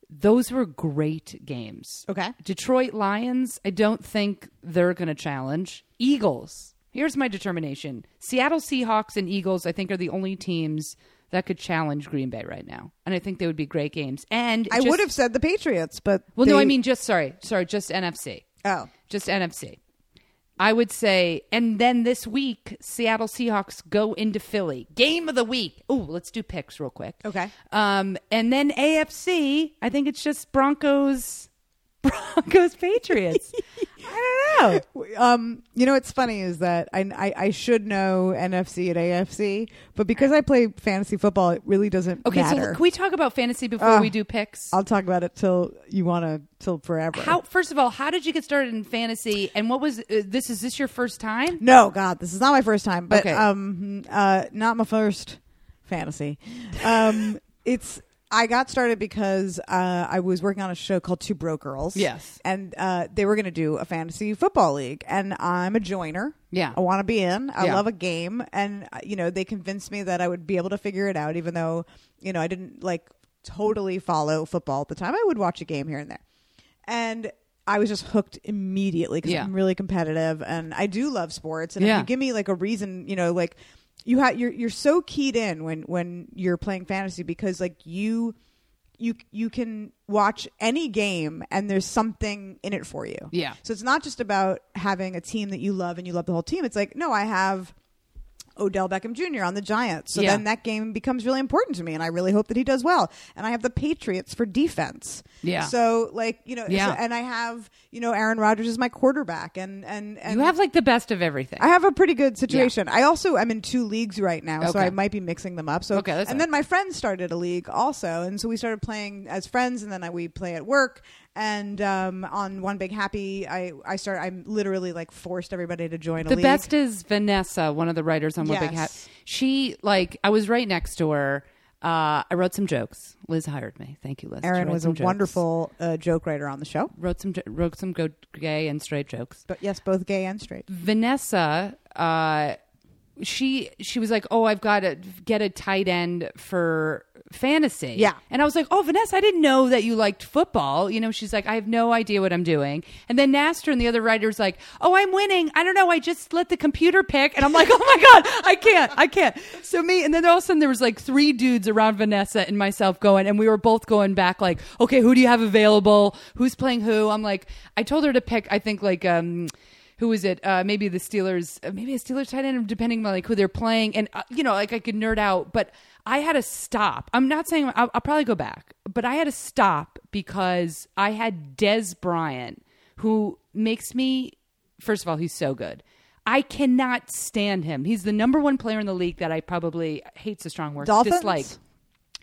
Speaker 1: those were great games.
Speaker 2: Okay.
Speaker 1: Detroit Lions, I don't think they're going to challenge. Eagles, here's my determination Seattle Seahawks and Eagles, I think, are the only teams that could challenge Green Bay right now. And I think they would be great games. And
Speaker 2: I
Speaker 1: just-
Speaker 2: would have said the Patriots, but
Speaker 1: Well, no,
Speaker 2: they-
Speaker 1: I mean, just sorry. Sorry, just NFC.
Speaker 2: oh,
Speaker 1: Just NFC. I would say, and then this week, Seattle Seahawks go into Philly. Game of the week. Ooh, let's do picks real quick.
Speaker 2: Okay.
Speaker 1: Um, and then AFC, I think it's just Broncos, Broncos, Patriots.
Speaker 2: I don't know. Um, you know what's funny is that I, I I should know NFC and AFC, but because I play fantasy football, it really doesn't
Speaker 1: Okay, so
Speaker 2: matter.
Speaker 1: can we talk about fantasy before
Speaker 2: Ugh.
Speaker 1: we do picks?
Speaker 2: I'll talk about it till you want to till forever.
Speaker 1: How first of all, how did you get started in fantasy? And what was uh, this? Is this your first time?
Speaker 2: No, God, this is not my first time, but
Speaker 1: Okay.
Speaker 2: um, uh, not my first fantasy. Um, it's I got started because uh, I was working on a show called Two Broke Girls.
Speaker 1: Yes.
Speaker 2: and uh, they were going to do a fantasy football league, and I'm a joiner.
Speaker 1: Yeah.
Speaker 2: I want to be in. I
Speaker 1: Yeah.
Speaker 2: love a game, and uh, you know they convinced me that I would be able to figure it out, even though you know I didn't like totally follow football at the time. I would watch a game here and there, and. I was just hooked immediately because
Speaker 1: Yeah.
Speaker 2: I'm really competitive and I do love sports. And
Speaker 1: Yeah.
Speaker 2: if you give me like a reason, you know, like you have you're you're so keyed in when when you're playing fantasy because like you you you can watch any game and there's something in it for you.
Speaker 1: Yeah.
Speaker 2: So it's not just about having a team that you love and you love the whole team. It's like no, I have Odell Beckham Jr. on the Giants. So
Speaker 1: Yeah.
Speaker 2: then that game becomes really important to me and I really hope that he does well. And I have the Patriots for defense.
Speaker 1: Yeah.
Speaker 2: So like, you know,
Speaker 1: Yeah.
Speaker 2: so- and I have, you know, Aaron Rodgers is my quarterback and and and
Speaker 1: You have like the best of everything.
Speaker 2: I have a pretty good situation. I also am in two leagues right now, so
Speaker 1: Okay.
Speaker 2: I might be mixing them up. So
Speaker 1: Okay, that's
Speaker 2: and
Speaker 1: all
Speaker 2: then my friends started a league also, and so we started playing as friends, and then I, we play at work. And um, on one big happy, I I start. I'm literally like forced everybody to join a
Speaker 1: the
Speaker 2: league.
Speaker 1: best is Vanessa, one of the writers on What Big Hat.
Speaker 2: Yes.
Speaker 1: She like I was right next to her. Uh, I wrote some jokes. Liz hired me. Thank you, Liz. She
Speaker 2: Aaron
Speaker 1: wrote
Speaker 2: was a
Speaker 1: some jokes.
Speaker 2: wonderful uh, joke writer on the show,
Speaker 1: Wrote some jo- wrote some go- gay and straight jokes.
Speaker 2: but yes, both gay and straight.
Speaker 1: Vanessa, uh, she she was like, "Oh, I've got to get a tight end for fantasy."
Speaker 2: Yeah.
Speaker 1: and I was like, "Oh, Vanessa, I didn't know that you liked football." You know, she's like, "I have no idea what I'm doing." And then Naster and the other writers like, "Oh, I'm winning. I don't know. I just let the computer pick." And I'm like, "Oh my god, I can't, I can't." So me, and then all of a sudden there was like three dudes around Vanessa and myself going, and we were both going back like, "Okay, who do you have available? Who's playing who?" I'm like, I told her to pick. I think like. um who is it? Uh, maybe the Steelers, uh, maybe a Steelers tight end, depending on like who they're playing. And uh, you know, like I could nerd out, but I had to stop. I'm not saying I'll, I'll probably go back, but I had to stop because I had Des Bryant, who makes me. First of all, he's so good. I cannot stand him. He's the number one player in the league that I probably hates a strong word.
Speaker 2: Dolphins?
Speaker 1: Dislike.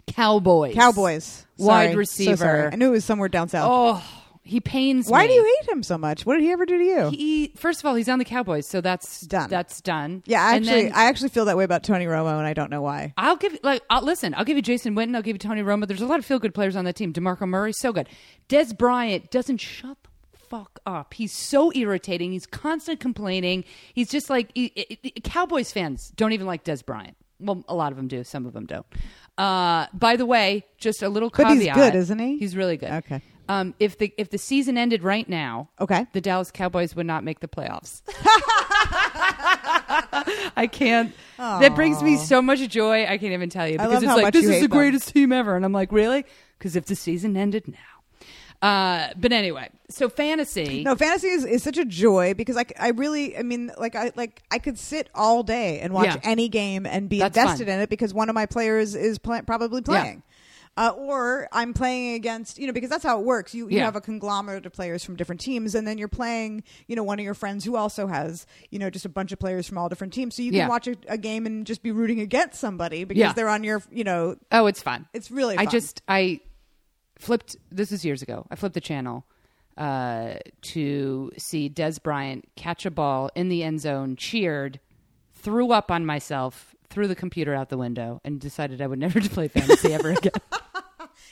Speaker 1: Cowboys.
Speaker 2: Cowboys
Speaker 1: Wide
Speaker 2: Sorry. So
Speaker 1: receiver.
Speaker 2: sorry. I knew it was somewhere down south.
Speaker 1: Oh, he pains me.
Speaker 2: Why do you hate him so much? What did he ever do to you?
Speaker 1: He first of all, he's on the Cowboys, so that's
Speaker 2: Done.
Speaker 1: That's done.
Speaker 2: yeah,
Speaker 1: And
Speaker 2: actually,
Speaker 1: then
Speaker 2: I actually feel that way about Tony Romo, and I don't know why.
Speaker 1: I'll give like I'll, listen. I'll give you Jason Witten. I'll give you Tony Romo. There's a lot of feel good players on that team. Demarco Murray, so good. Des Bryant doesn't shut the fuck up. He's so irritating. He's constant complaining. He's just like he- he- he- Cowboys fans don't even like Des Bryant. Well, a lot of them do. Some of them don't. Uh, by the way, just a little
Speaker 2: But
Speaker 1: caveat.
Speaker 2: he's good, isn't he?
Speaker 1: He's really good.
Speaker 2: Okay.
Speaker 1: Um, if the if the season ended right now,
Speaker 2: Okay.
Speaker 1: the Dallas Cowboys would not make the playoffs. I can't. That brings me so much joy. I can't even tell you
Speaker 2: I
Speaker 1: because
Speaker 2: love
Speaker 1: it's
Speaker 2: how
Speaker 1: like
Speaker 2: much
Speaker 1: this
Speaker 2: you
Speaker 1: is
Speaker 2: hate
Speaker 1: the
Speaker 2: them.
Speaker 1: greatest team ever, and I'm like, really? Because if the season ended now, uh, but anyway, so fantasy.
Speaker 2: No, fantasy is, is such a joy because I, c- I really I mean like I like I could sit all day and watch
Speaker 1: Yeah.
Speaker 2: any game and be
Speaker 1: That's
Speaker 2: invested
Speaker 1: fun.
Speaker 2: in it because one of my players is pla- probably playing. Uh, or I'm playing against, you know, because that's how it works. You, you
Speaker 1: Yeah.
Speaker 2: have a conglomerate of players from different teams, and then you're playing, you know, one of your friends who also has, you know, just a bunch of players from all different teams. So you can
Speaker 1: Yeah.
Speaker 2: watch a, a game and just be rooting against somebody because
Speaker 1: Yeah.
Speaker 2: they're on your, you know,
Speaker 1: Oh, it's fun.
Speaker 2: It's really
Speaker 1: I
Speaker 2: fun.
Speaker 1: just I flipped. This is years ago. I flipped the channel uh, to see Des Bryant catch a ball in the end zone, cheered, threw up on myself, threw the computer out the window, and decided I would never play fantasy ever again.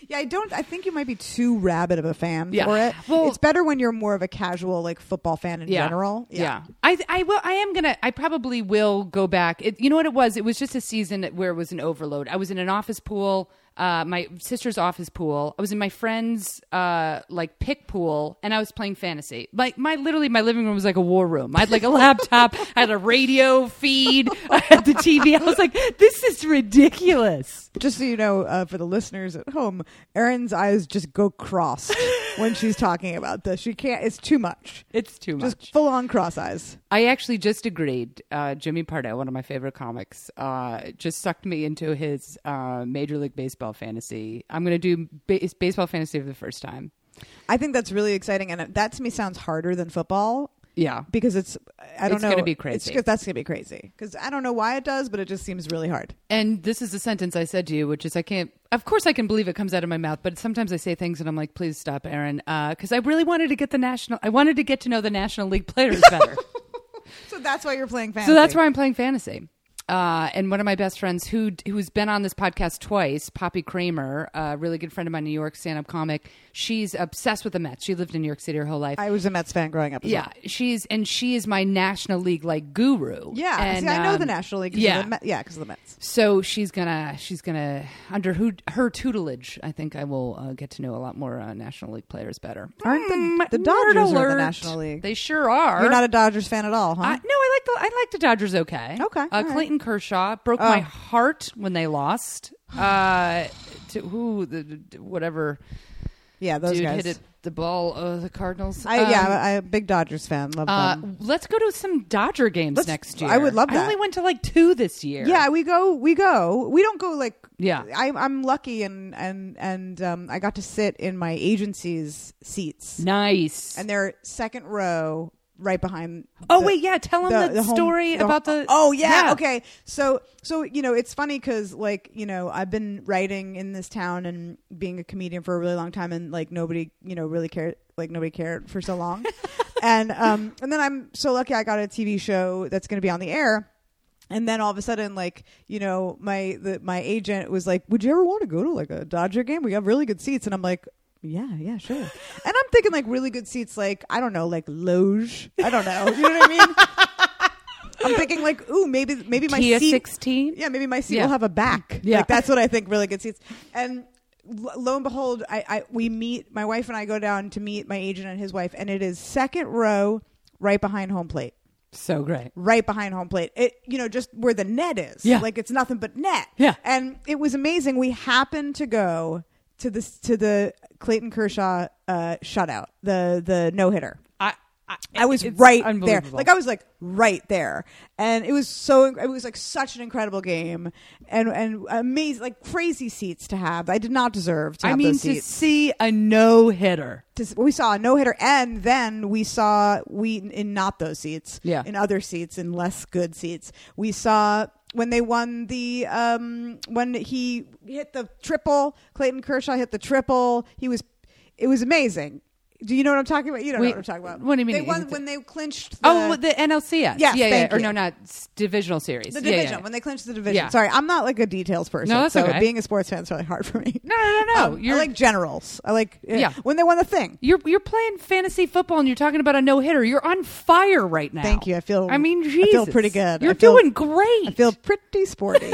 Speaker 2: Yeah, I don't. I think you might be too rabid of a fan
Speaker 1: Yeah.
Speaker 2: for it.
Speaker 1: Well-
Speaker 2: it's better when you're more of a casual, like football fan in general.
Speaker 1: Yeah. I I will I am going to I probably will go back. It, you know what it was? It was just a season where it was an overload. I was in an office pool, uh my sister's office pool. I was in my friend's uh like pick pool and I was playing fantasy. Like my literally my living room was like a war room. I had like a laptop, I had a radio feed, I had the TV. I was like this is ridiculous.
Speaker 2: Just so you know, uh, for the listeners at home, Erin's eyes just go cross when she's talking about this. She can't. It's too much.
Speaker 1: It's too much.
Speaker 2: Just full on cross eyes.
Speaker 1: I actually just agreed. Uh, Jimmy Pardo, one of my favorite comics, uh, just sucked me into his uh, Major League Baseball fantasy. I'm going to do base- baseball fantasy for the first time.
Speaker 2: I think that's really exciting, and it- that to me sounds harder than football
Speaker 1: Yeah.
Speaker 2: because it's I don't
Speaker 1: It's
Speaker 2: know.
Speaker 1: gonna be crazy.
Speaker 2: just- that's gonna be crazy because I don't know why it does, but it just seems really hard.
Speaker 1: And this is a sentence I said to you, which is I can't. Of course, I can believe it comes out of my mouth, but sometimes I say things and I'm like, "Please stop, Aaron," because I really wanted to get the national. I wanted to get to know the National League players better.
Speaker 2: So that's why you're playing fantasy.
Speaker 1: So that's why I'm playing fantasy. Uh, and one of my best friends who who's been on this podcast twice, Poppy Kramer, a really good friend of mine, New York stand-up comic. She's obsessed with the Mets. She lived in New York City her whole life.
Speaker 2: I was a Mets fan growing up. As
Speaker 1: yeah,
Speaker 2: well.
Speaker 1: she's and she is my National League like guru.
Speaker 2: yeah.
Speaker 1: and,
Speaker 2: See, I know
Speaker 1: um,
Speaker 2: the National League. 'cause of
Speaker 1: Yeah,
Speaker 2: the Met- yeah, because of the Mets.
Speaker 1: so she's gonna she's gonna under who, her tutelage. I think I will uh, get to know a lot more uh, National League players better.
Speaker 2: Aren't the-
Speaker 1: Mm,
Speaker 2: the
Speaker 1: nerd
Speaker 2: Dodgers are the
Speaker 1: alert.
Speaker 2: National League?
Speaker 1: They sure are.
Speaker 2: You're not a Dodgers fan at all, huh?
Speaker 1: I, no, I like the I like the Dodgers. Okay,
Speaker 2: Okay,
Speaker 1: Uh,
Speaker 2: all right. Oh.
Speaker 1: Clayton Kershaw broke my heart when they lost. Uh, to who the, the- whatever
Speaker 2: yeah, those
Speaker 1: dude
Speaker 2: guys.
Speaker 1: hit it, the ball. Uh, the Cardinals.
Speaker 2: I
Speaker 1: Um,
Speaker 2: yeah, I- I'm a big Dodgers fan. Love
Speaker 1: Uh,
Speaker 2: them.
Speaker 1: let's go to some Dodger games
Speaker 2: Let's-
Speaker 1: next year.
Speaker 2: I would love
Speaker 1: I
Speaker 2: that.
Speaker 1: only went to like two this year.
Speaker 2: Yeah, we go. We go. We don't go like.
Speaker 1: Yeah.
Speaker 2: I, I'm lucky, and and and um, I got to sit in my agency's seats,
Speaker 1: nice.
Speaker 2: and they're second row, right behind.
Speaker 1: oh
Speaker 2: the-
Speaker 1: wait, yeah. Tell him the,
Speaker 2: home-
Speaker 1: story
Speaker 2: the-
Speaker 1: about the.
Speaker 2: oh yeah, okay so so you know it's funny because like you know i've been writing in this town and being a comedian for a really long time and like nobody you know really cared like nobody cared for so long and um and then i'm so lucky i got a tv show that's going to be on the air and then all of a sudden, like you know, my the, my agent was like, "Would you ever want to go to like a Dodger game? We have really good seats." And I'm like, "Yeah, yeah, sure." and I'm thinking like really good seats, like I don't know, like Loge. I don't know. You know what I mean? I'm thinking like, ooh, maybe maybe my
Speaker 1: Kia
Speaker 2: seat,
Speaker 1: 16?
Speaker 2: yeah, maybe my seat
Speaker 1: Yeah.
Speaker 2: will have a back.
Speaker 1: Yeah.
Speaker 2: like that's what I think. Really good seats. And lo, lo and behold, I, I we meet my wife and I go down to meet my agent and his wife, and it is second row, right behind home plate
Speaker 1: So great.
Speaker 2: right behind home plate. It you know just where the net is.
Speaker 1: Yeah.
Speaker 2: like it's nothing but net.
Speaker 1: Yeah.
Speaker 2: and it was amazing. We happened to go to this to the Clayton Kershaw uh, shutout, the the no hitter.
Speaker 1: I I,
Speaker 2: I was
Speaker 1: it's
Speaker 2: right there.
Speaker 1: unbelievable.
Speaker 2: Like I was like right there, and it was so it was like such an incredible game, and and amazing like crazy seats to have. I did not deserve to
Speaker 1: I
Speaker 2: have
Speaker 1: mean
Speaker 2: those
Speaker 1: to
Speaker 2: seats.
Speaker 1: see a no hitter.
Speaker 2: To s- we saw a no hitter, and then we saw we in not those seats,
Speaker 1: Yeah.
Speaker 2: in other seats, in less good seats. We saw when they won the um when he hit the triple. Clayton Kershaw hit the triple. He was it was amazing. Do you know what I'm talking about? You don't
Speaker 1: Wait,
Speaker 2: know what I'm talking about.
Speaker 1: what do you mean?
Speaker 2: They won when they clinched. The,
Speaker 1: Oh, the NLCS.
Speaker 2: Yes,
Speaker 1: yeah, yeah.
Speaker 2: thank
Speaker 1: Or
Speaker 2: you.
Speaker 1: no, not s- divisional series.
Speaker 2: the
Speaker 1: Yeah, yeah,
Speaker 2: division
Speaker 1: yeah.
Speaker 2: when they clinched the division.
Speaker 1: Yeah.
Speaker 2: Sorry, I'm not like a details person.
Speaker 1: No, that's
Speaker 2: so
Speaker 1: okay.
Speaker 2: being a sports fan is really hard for me.
Speaker 1: No, no, no, no.
Speaker 2: Um, I
Speaker 1: you're
Speaker 2: like generals. I like
Speaker 1: Yeah.
Speaker 2: yeah. when they won the thing.
Speaker 1: you're you're playing fantasy football and you're talking about a no hitter. You're on fire right now.
Speaker 2: Thank you. I feel-
Speaker 1: I mean,
Speaker 2: I
Speaker 1: Jesus.
Speaker 2: feel pretty good.
Speaker 1: You're
Speaker 2: I feel-
Speaker 1: doing great.
Speaker 2: I feel pretty sporty.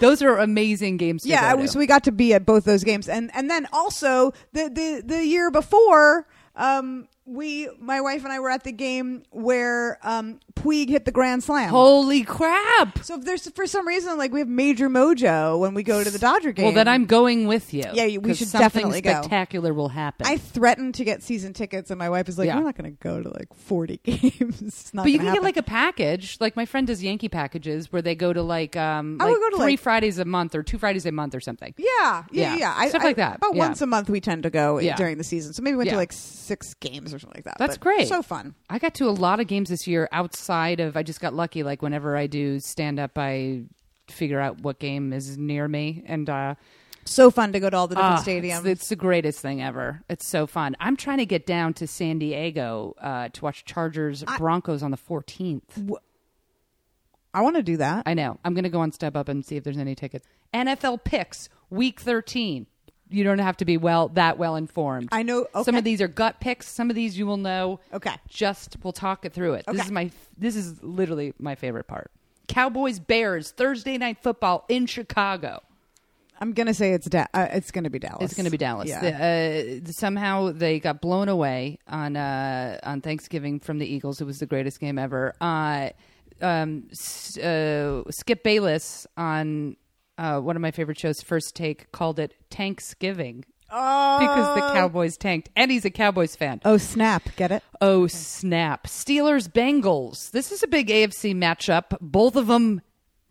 Speaker 1: those are amazing games. To
Speaker 2: yeah,
Speaker 1: go
Speaker 2: I
Speaker 1: to.
Speaker 2: was, we got to be at both those games, and and then also the the the year before, um, we my wife and I were at the game where um Puig hit the grand slam.
Speaker 1: Holy crap!
Speaker 2: so if there's for some reason like we have major mojo when we go to the Dodger game.
Speaker 1: Well, then I'm going with you.
Speaker 2: Yeah, you- we
Speaker 1: 'cause
Speaker 2: should
Speaker 1: something
Speaker 2: definitely go.
Speaker 1: spectacular will happen.
Speaker 2: I threatened to get season tickets, and my wife was like,
Speaker 1: Yeah.
Speaker 2: "We're not going to go to like 40 games." It's not
Speaker 1: but you can
Speaker 2: gonna
Speaker 1: get
Speaker 2: happen.
Speaker 1: like a package. Like my friend does Yankee packages where they go to like um
Speaker 2: I
Speaker 1: like
Speaker 2: would go to,
Speaker 1: three
Speaker 2: like-
Speaker 1: Fridays a month or two Fridays a month or something.
Speaker 2: Yeah, yeah,
Speaker 1: Yeah,
Speaker 2: yeah. I,
Speaker 1: stuff
Speaker 2: I-
Speaker 1: like that.
Speaker 2: About
Speaker 1: Yeah.
Speaker 2: once a month, we tend to go
Speaker 1: Yeah.
Speaker 2: during the season. So maybe we went
Speaker 1: Yeah.
Speaker 2: to like six games or something like that.
Speaker 1: That's
Speaker 2: But
Speaker 1: great.
Speaker 2: So fun.
Speaker 1: I got to a lot of games this year outside of. I just got lucky. Like whenever I do stand up, I figure out what game is near me, and uh,
Speaker 2: So fun to go to all the different
Speaker 1: ah,
Speaker 2: stadiums.
Speaker 1: It's, it's the greatest thing ever. It's so fun. I'm trying to get down to San Diego uh, to watch Chargers Broncos on the 14th.
Speaker 2: I want to do that.
Speaker 1: I know. I'm going to go on Step Up and see if there's any tickets. NFL picks week 13. You don't have to be well that well informed.
Speaker 2: I know-
Speaker 1: some
Speaker 2: okay.
Speaker 1: of these are gut picks. Some of these you will know.
Speaker 2: Okay.
Speaker 1: just we'll talk it through it. This
Speaker 2: Okay.
Speaker 1: is my this is literally my favorite part. Cowboys Bears Thursday night football in Chicago.
Speaker 2: I'm gonna say it's da- uh, it's gonna be Dallas.
Speaker 1: It's going to be Dallas.
Speaker 2: Yeah.
Speaker 1: The, uh, somehow they got blown away on uh, on Thanksgiving from the Eagles. It was the greatest game ever. Uh, um, S- uh, Skip Bayless on uh, one of my favorite shows, First Take, called it Thanksgiving because the Cowboys tanked, and he's a Cowboys fan.
Speaker 2: oh snap! Get it?
Speaker 1: Oh snap! Steelers Bengals. This is a big AFC matchup. Both of them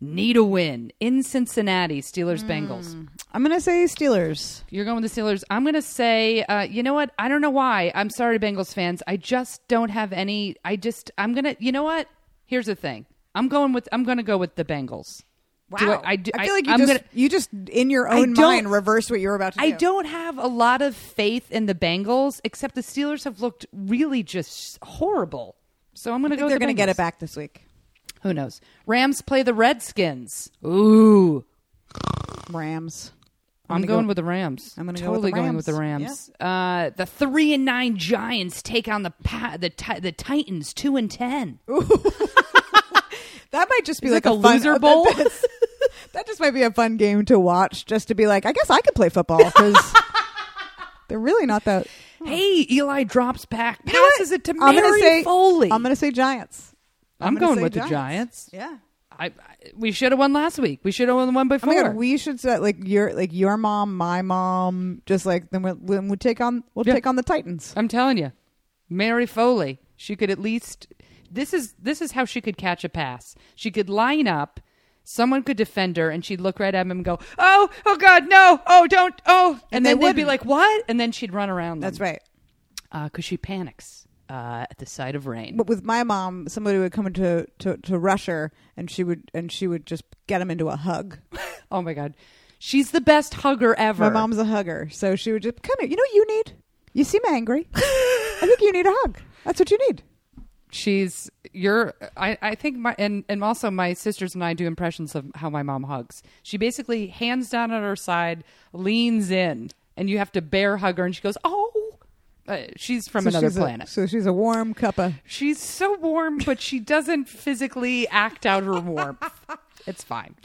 Speaker 1: need a win in Cincinnati. Steelers Bengals.
Speaker 2: I'm gonna say Steelers.
Speaker 1: You're going with the Steelers. I'm going to say, uh, you know what? I don't know why. I'm sorry, Bengals fans. I just don't have any. I just, I'm going to, you know what? Here's the thing. I'm going with, I'm going to go with the Bengals. Do I, I, do,
Speaker 2: feel like you
Speaker 1: I'm
Speaker 2: just
Speaker 1: gonna-
Speaker 2: you just in your
Speaker 1: I
Speaker 2: own
Speaker 1: don't-
Speaker 2: mind reverse what you were about to do.
Speaker 1: I don't have a lot of faith in the Bengals, except the Steelers have looked really just horrible. So I'm going to
Speaker 2: think
Speaker 1: go.
Speaker 2: they're
Speaker 1: going
Speaker 2: gonna
Speaker 1: to
Speaker 2: get it back this week.
Speaker 1: Who knows? Rams play the Redskins. Ooh,
Speaker 2: Rams.
Speaker 1: I'm,
Speaker 2: gonna
Speaker 1: going
Speaker 2: go-
Speaker 1: with the Rams.
Speaker 2: I'm gonna go with
Speaker 1: totally
Speaker 2: the
Speaker 1: going with the
Speaker 2: Rams.
Speaker 1: Rams. Uh, the three and nine Giants take on the pa- the ti- the Titans two and ten.
Speaker 2: That might just be
Speaker 1: Is
Speaker 2: like
Speaker 1: it
Speaker 2: a
Speaker 1: the
Speaker 2: fun,
Speaker 1: loser bowl?
Speaker 2: that's- that just might be a fun game to watch, just to be like, I guess I could play football because they're really not that.
Speaker 1: Hey, Eli drops back,
Speaker 2: You know what?
Speaker 1: passes it to
Speaker 2: I'm
Speaker 1: Mary
Speaker 2: gonna say,
Speaker 1: Foley.
Speaker 2: I'm going to say Giants.
Speaker 1: I'm
Speaker 2: gonna
Speaker 1: going
Speaker 2: say
Speaker 1: with the Giants.
Speaker 2: Yeah.
Speaker 1: I, I, we should have won last week. We should have won the one
Speaker 2: Oh
Speaker 1: before.
Speaker 2: my god, we should set like your like your mom, my mom, just like then we'll, then we'll take on we'll
Speaker 1: Yeah. Um,
Speaker 2: take on the Titans.
Speaker 1: I'm telling you, Mary Foley. She could at least. This is this is how she could catch a pass. She could line up. Someone could defend her, and she'd look right at him and go, "Oh, oh God, no! Oh, don't! Oh!" And,
Speaker 2: And they
Speaker 1: then they would be like,
Speaker 2: wouldn't.
Speaker 1: "What?" And then she'd run around.
Speaker 2: That's right.
Speaker 1: because she panics uh, at the sight of rain.
Speaker 2: But with my mom, somebody would come into to, to rush her, and she would and she would just get him into a hug.
Speaker 1: Oh my God, she's the best hugger ever.
Speaker 2: My mom's a hugger, so she would just come here. You know what you need? You seem angry. I think you need a hug. That's what you need.
Speaker 1: she's you're I, I think my and, and also my sisters and I do impressions of how my mom hugs. She basically hands down at her side, leans in, and you have to bear hug her and she goes, Oh uh, she's from
Speaker 2: So
Speaker 1: another
Speaker 2: she's a-
Speaker 1: planet.
Speaker 2: so she's a warm cuppa.
Speaker 1: she's so warm, but she doesn't physically act out her warmth. it's fine.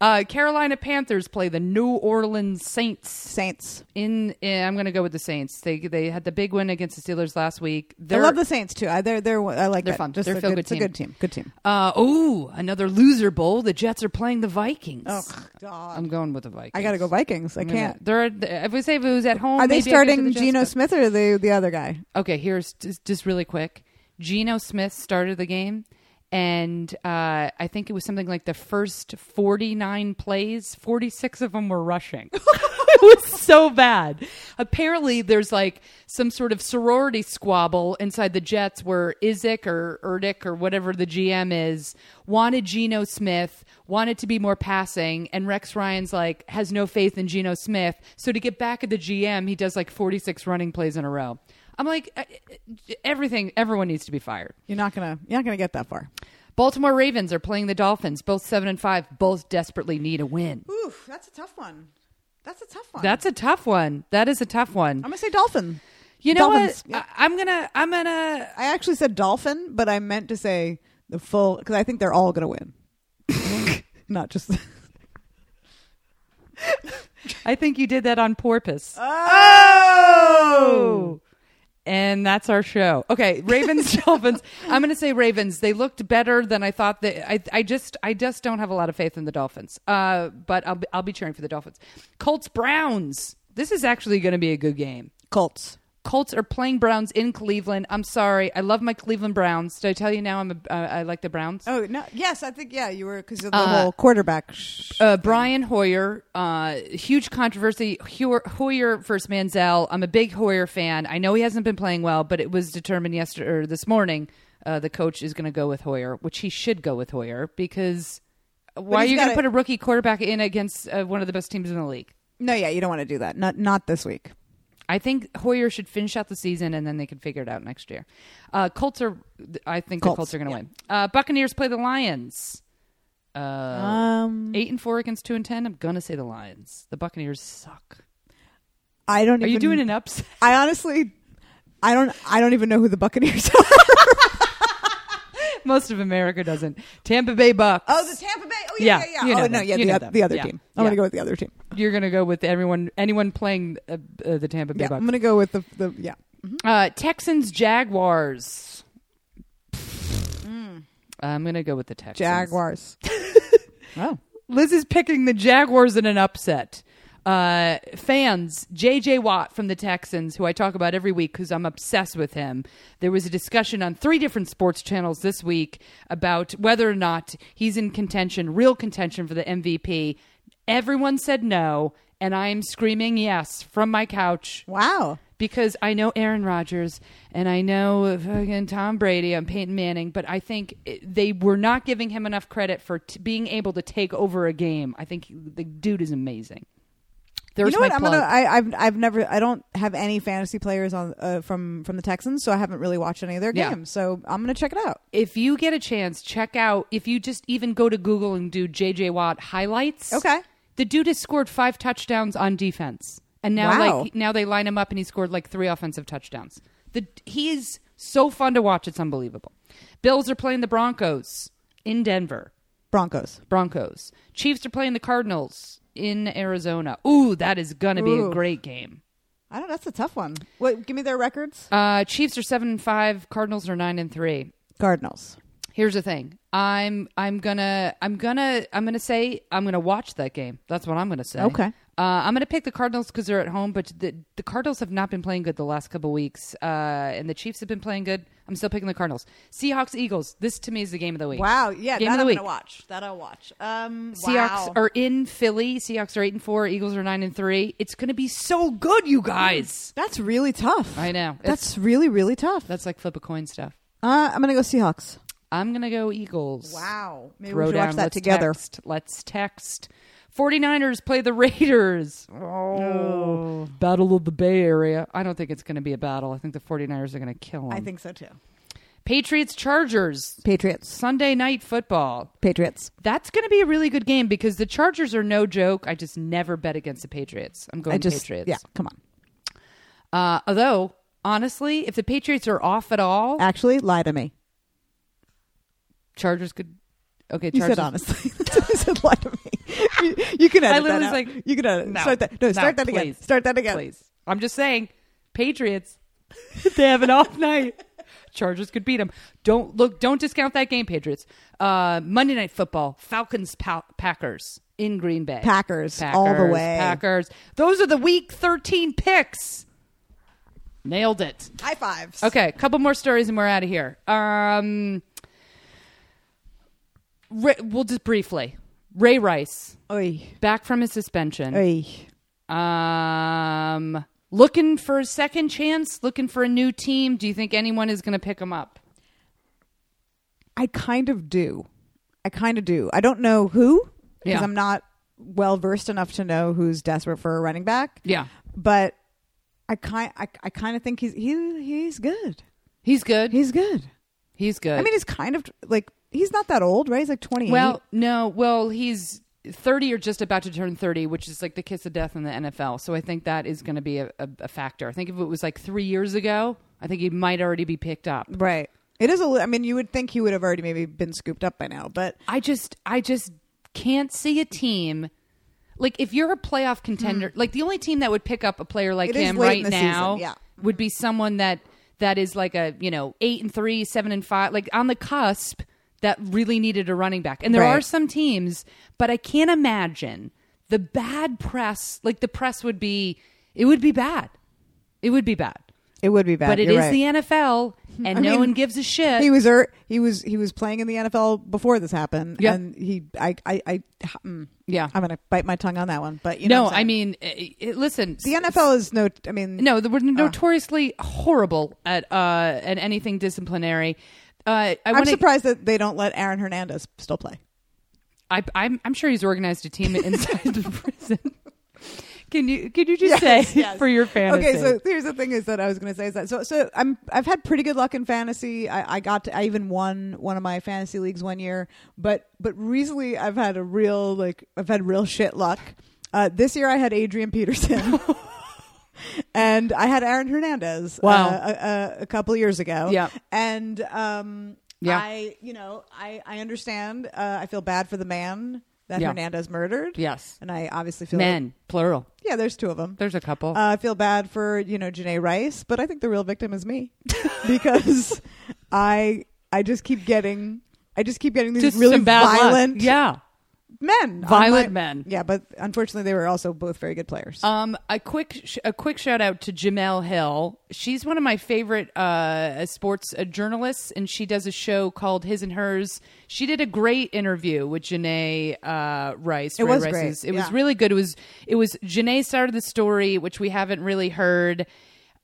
Speaker 1: Uh, Carolina Panthers play the New Orleans Saints.
Speaker 2: Saints.
Speaker 1: In, in I'm going to go with the Saints. They they had the big win against the Steelers last week.
Speaker 2: I
Speaker 1: They're-
Speaker 2: love the Saints too. I, they're they're I like
Speaker 1: They're
Speaker 2: that.
Speaker 1: fun.
Speaker 2: Just
Speaker 1: They're
Speaker 2: a
Speaker 1: feel
Speaker 2: good,
Speaker 1: good
Speaker 2: it's a
Speaker 1: team.
Speaker 2: good team. Good team.
Speaker 1: Uh, oh, another loser bowl. The Jets are playing the Vikings.
Speaker 2: Ugh, Oh, God.
Speaker 1: I'm going with the Vikings.
Speaker 2: I got to go Vikings. I
Speaker 1: I'm gonna-
Speaker 2: can't.
Speaker 1: They're, they're- if we say who's at home,
Speaker 2: Are they
Speaker 1: maybe I go to
Speaker 2: starting
Speaker 1: the Jets,
Speaker 2: Geno
Speaker 1: but-
Speaker 2: Smith or the the other guy?
Speaker 1: Okay, here's just, just really quick. Geno Smith started the game, and uh, I think it was something like the first 49 plays, 46 of them were rushing. it was so bad. Apparently, there's like some sort of sorority squabble inside the Jets where Izik or Erdick or whatever the GM is wanted Geno Smith, wanted to be more passing, and Rex Ryan's like has no faith in Geno Smith. So to get back at the GM, he does like 46 running plays in a row. I'm like, uh, uh, everything, everyone needs to be fired.
Speaker 2: You're not gonna you're not gonna get that far.
Speaker 1: Baltimore Ravens are playing the Dolphins, both seven and five, both desperately need a win.
Speaker 2: Oof, that's a tough one. That's a tough one.
Speaker 1: That's a tough one. That is a tough one.
Speaker 2: I'm gonna say dolphin.
Speaker 1: You know
Speaker 2: Dolphins.
Speaker 1: what? I, I'm gonna, I'm gonna.
Speaker 2: I actually said dolphin, but I meant to say the full because I think they're all gonna win, not just.
Speaker 1: I think you did that on porpoise.
Speaker 2: Oh.
Speaker 1: And that's our show. Okay, Ravens, Dolphins. I'm going to say Ravens. They looked better than I thought. They, I, I just, I just don't have a lot of faith in the Dolphins. Uh, but I'll, be, I'll be cheering for the Dolphins. Colts, Browns. This is actually going to be a good game.
Speaker 2: Colts.
Speaker 1: Colts are playing Browns in Cleveland. I'm sorry. I love my Cleveland Browns. Did I tell you now? I'm a, uh, I like the Browns.
Speaker 2: Oh no! Yes, I think yeah. You were because of the whole quarterback. Sh-
Speaker 1: uh, Brian Hoyer, uh, huge controversy. Hoyer, Hoyer versus Manziel. I'm a big Hoyer fan. I know he hasn't been playing well, but it was determined yesterday or this morning. Uh, the coach is going to go with Hoyer, which he should go with Hoyer because why are
Speaker 2: he's
Speaker 1: you going to
Speaker 2: gotta-
Speaker 1: put a rookie quarterback in against uh, one of the best teams in the league?
Speaker 2: no, yeah, you don't want to do that. Not not this week.
Speaker 1: I think Hoyer should finish out the season and then they can figure it out next year. Uh, Colts are, I think the
Speaker 2: Colts,
Speaker 1: Colts are going to
Speaker 2: yeah.
Speaker 1: win. Uh, Buccaneers play the Lions. Uh,
Speaker 2: Um,
Speaker 1: eight and four against two and ten. I'm gonna say the Lions. The Buccaneers suck.
Speaker 2: I don't.
Speaker 1: Are
Speaker 2: even,
Speaker 1: you doing an upset?
Speaker 2: I honestly, I don't. I don't even know who the Buccaneers are.
Speaker 1: Most of America doesn't. Tampa Bay Bucks.
Speaker 2: Tampa Bay. Oh
Speaker 1: yeah, Yeah, yeah, yeah. you know
Speaker 2: oh no,
Speaker 1: them.
Speaker 2: yeah,
Speaker 1: You know
Speaker 2: the,
Speaker 1: them.
Speaker 2: the other
Speaker 1: Yeah.
Speaker 2: team. I'm
Speaker 1: Yeah.
Speaker 2: gonna go with the other team.
Speaker 1: You're gonna go with everyone. Anyone playing uh, uh, the Tampa Bay
Speaker 2: Yeah, Mm-hmm. I'm
Speaker 1: Bucks.
Speaker 2: gonna go with the the yeah.
Speaker 1: Uh, Texans Jaguars. I'm gonna go with the Texans.
Speaker 2: Mm. Jaguars. oh.
Speaker 1: Liz is picking the Jaguars in an upset. Uh, fans, JJ Watt from the Texans, who I talk about every week because I'm obsessed with him. There was a discussion on three different sports channels this week about whether or not he's in contention, real contention for the MVP. Everyone said no. and I'm screaming yes from my couch
Speaker 2: Wow.
Speaker 1: because I know Aaron Rodgers and I know fucking Tom Brady and Peyton Manning, but I think it- they were not giving him enough credit for t- being able to take over a game. I think the dude is amazing. There's
Speaker 2: you know what?
Speaker 1: my
Speaker 2: I'm
Speaker 1: plug.
Speaker 2: gonna. I, I've I've never. I don't have any fantasy players on uh, from from the Texans, so I haven't really watched any of their
Speaker 1: Yeah.
Speaker 2: games. So I'm gonna check it out.
Speaker 1: if you get a chance, check out if you just even go to Google and do JJ Watt highlights.
Speaker 2: Okay.
Speaker 1: The dude has scored five touchdowns on defense. And now
Speaker 2: Wow.
Speaker 1: like now they line him up and he scored like three offensive touchdowns. The he is so fun to watch, it's unbelievable. Bills are playing the Broncos in Denver.
Speaker 2: Broncos.
Speaker 1: Broncos. Chiefs are playing the Cardinals in Arizona. Ooh, that is gonna be a
Speaker 2: Ooh.
Speaker 1: great game.
Speaker 2: I don't. That's a tough one. What? Give me their records.
Speaker 1: Uh Chiefs are seven and five, Cardinals are nine and three.
Speaker 2: Cardinals.
Speaker 1: Here's the thing. I'm I'm gonna I'm gonna I'm gonna say I'm gonna watch that game. That's what I'm gonna say.
Speaker 2: Okay.
Speaker 1: Uh, I'm gonna pick the Cardinals because they're at home, but the the Cardinals have not been playing good the last couple weeks, uh, and the Chiefs have been playing good. I'm still picking the Cardinals. Seahawks Eagles. This to me is the game of the week.
Speaker 2: Wow. Yeah.
Speaker 1: game
Speaker 2: that
Speaker 1: of the
Speaker 2: I'm
Speaker 1: week.
Speaker 2: gonna watch. That I'll watch. Um.
Speaker 1: Seahawks
Speaker 2: wow.
Speaker 1: are in Philly. Seahawks are eight and four. Eagles are nine and three. It's gonna be so good, you guys.
Speaker 2: That's really tough.
Speaker 1: I know.
Speaker 2: That's really really tough.
Speaker 1: That's like flip a coin stuff.
Speaker 2: Uh, I'm gonna go Seahawks.
Speaker 1: I'm gonna go Eagles.
Speaker 2: Wow. Maybe
Speaker 1: Throw
Speaker 2: we should
Speaker 1: down.
Speaker 2: watch that
Speaker 1: Let's
Speaker 2: together.
Speaker 1: Text. Let's text. 49ers play the Raiders. Oh.
Speaker 2: Oh.
Speaker 1: Battle of the Bay Area. I don't think it's going to be a battle. I think the 49ers are going to kill them.
Speaker 2: I think so too.
Speaker 1: Patriots Chargers.
Speaker 2: Patriots.
Speaker 1: Sunday night football.
Speaker 2: Patriots.
Speaker 1: That's going to be a really good game because the Chargers are no joke. I just never bet against the Patriots. I'm going
Speaker 2: I just.
Speaker 1: Patriots.
Speaker 2: Yeah. Come on.
Speaker 1: Uh, although, honestly, if the Patriots are off at all,
Speaker 2: Actually, lie to me.
Speaker 1: Chargers could. Okay,
Speaker 2: You
Speaker 1: Chargers.
Speaker 2: said honestly. you said lie to me. You, you can edit
Speaker 1: I
Speaker 2: that
Speaker 1: literally
Speaker 2: out.
Speaker 1: was like,
Speaker 2: you can edit.
Speaker 1: no,
Speaker 2: start that. No,
Speaker 1: no,
Speaker 2: start that again.
Speaker 1: please.
Speaker 2: Start that again.
Speaker 1: Please. I'm just saying, Patriots, they have an off night. Chargers could beat them. Don't look. Don't discount that game, Patriots. Uh, Monday Night Football, Falcons, Pal- Packers in Green Bay.
Speaker 2: Packers, all the way.
Speaker 1: Packers. Those are the Week 13 picks. Nailed it.
Speaker 2: High fives.
Speaker 1: Okay, a couple more stories and we're out of here. Um, Ray, we'll just briefly. Ray Rice
Speaker 2: Oy.
Speaker 1: back from his suspension.
Speaker 2: Oy.
Speaker 1: Um, looking for a second chance, looking for a new team. Do you think anyone is going to pick him up?
Speaker 2: I kind of do. I kind of do. I don't know who because
Speaker 1: Yeah.
Speaker 2: I'm not well versed enough to know who's desperate for a running back.
Speaker 1: Yeah.
Speaker 2: But I kind I, I kind of think he's he he's good.
Speaker 1: He's good.
Speaker 2: He's good.
Speaker 1: He's good.
Speaker 2: I mean, he's kind of like he's not that old, right? He's like 28.
Speaker 1: well, no, well, he's 30 or just about to turn 30, which is like the kiss of death in the NFL. So I think that is going to be a, a, a factor. I think if it was like three years ago, I think he might already be picked up.
Speaker 2: right. It is a. li- I mean, you would think he would have already maybe been scooped up by now, but
Speaker 1: I just I just can't see a team like if you're a playoff contender, like the only team that would pick up a player like
Speaker 2: Hmm. It is
Speaker 1: him
Speaker 2: late
Speaker 1: right
Speaker 2: in the
Speaker 1: now
Speaker 2: season, yeah.
Speaker 1: would be someone that that is like a, you know, 8 and 3, 7 and 5, like on the cusp that really needed a running back. And there
Speaker 2: Right.
Speaker 1: are some teams, but I can't imagine the bad press, like the press would be it would be bad. It would be bad.
Speaker 2: it would be bad.
Speaker 1: But it
Speaker 2: You're
Speaker 1: is
Speaker 2: right. Hmm.
Speaker 1: the NFL and
Speaker 2: I
Speaker 1: no
Speaker 2: mean,
Speaker 1: one gives a shit.
Speaker 2: He was er, he was he was playing in the NFL before this happened,
Speaker 1: Yeah.
Speaker 2: and he I I, I mm,
Speaker 1: Yeah.
Speaker 2: I'm gonna bite my tongue on that one, but you know
Speaker 1: no,
Speaker 2: what I'm
Speaker 1: I
Speaker 2: saying.
Speaker 1: mean, eh, eh, listen,
Speaker 2: the NFL is no I mean
Speaker 1: No, they we're notoriously horrible at uh, at anything disciplinary. Uh, I
Speaker 2: I'm
Speaker 1: want to.
Speaker 2: surprised that they don't let Aaron Hernandez still play.
Speaker 1: I'm I'm sure he's organized a team inside the prison. Can you can you just
Speaker 2: Yes,
Speaker 1: say
Speaker 2: yes.
Speaker 1: for your fantasy?
Speaker 2: Okay, so here's the thing is that I was going to say is that so so I'm I've had pretty good luck in fantasy. I, I got to, I even won one of my fantasy leagues one year, but but recently I've had a real like I've had real shit luck. Uh, this year I had Adrian Peterson. And I had Aaron Hernandez
Speaker 1: Wow.
Speaker 2: uh, a, a, a couple of years ago.
Speaker 1: Yeah.
Speaker 2: And um,
Speaker 1: Yeah.
Speaker 2: I, you know, I, I understand. Uh, I feel bad for the man that
Speaker 1: Yeah.
Speaker 2: Hernandez murdered.
Speaker 1: yes,
Speaker 2: And I obviously feel
Speaker 1: men plural.
Speaker 2: yeah, there's two of them.
Speaker 1: There's a couple.
Speaker 2: Uh, I feel bad for you know Janae Rice, but I think the real victim is me because I I just keep getting I just keep getting these
Speaker 1: just
Speaker 2: really
Speaker 1: some bad luck.
Speaker 2: violent
Speaker 1: Yeah,
Speaker 2: men,
Speaker 1: Violent
Speaker 2: online-
Speaker 1: men.
Speaker 2: Yeah, but unfortunately, they were also both very good players.
Speaker 1: Um, a quick sh- a quick shout out to Jamel Hill. She's one of my favorite uh, sports uh, journalists, and she does a show called His and Hers. She did a great interview with Janae uh, Rice.
Speaker 2: It
Speaker 1: Ray
Speaker 2: was
Speaker 1: Rice's.
Speaker 2: great,
Speaker 1: It was
Speaker 2: yeah.
Speaker 1: really good. It was it was Janae started the story, which we haven't really heard.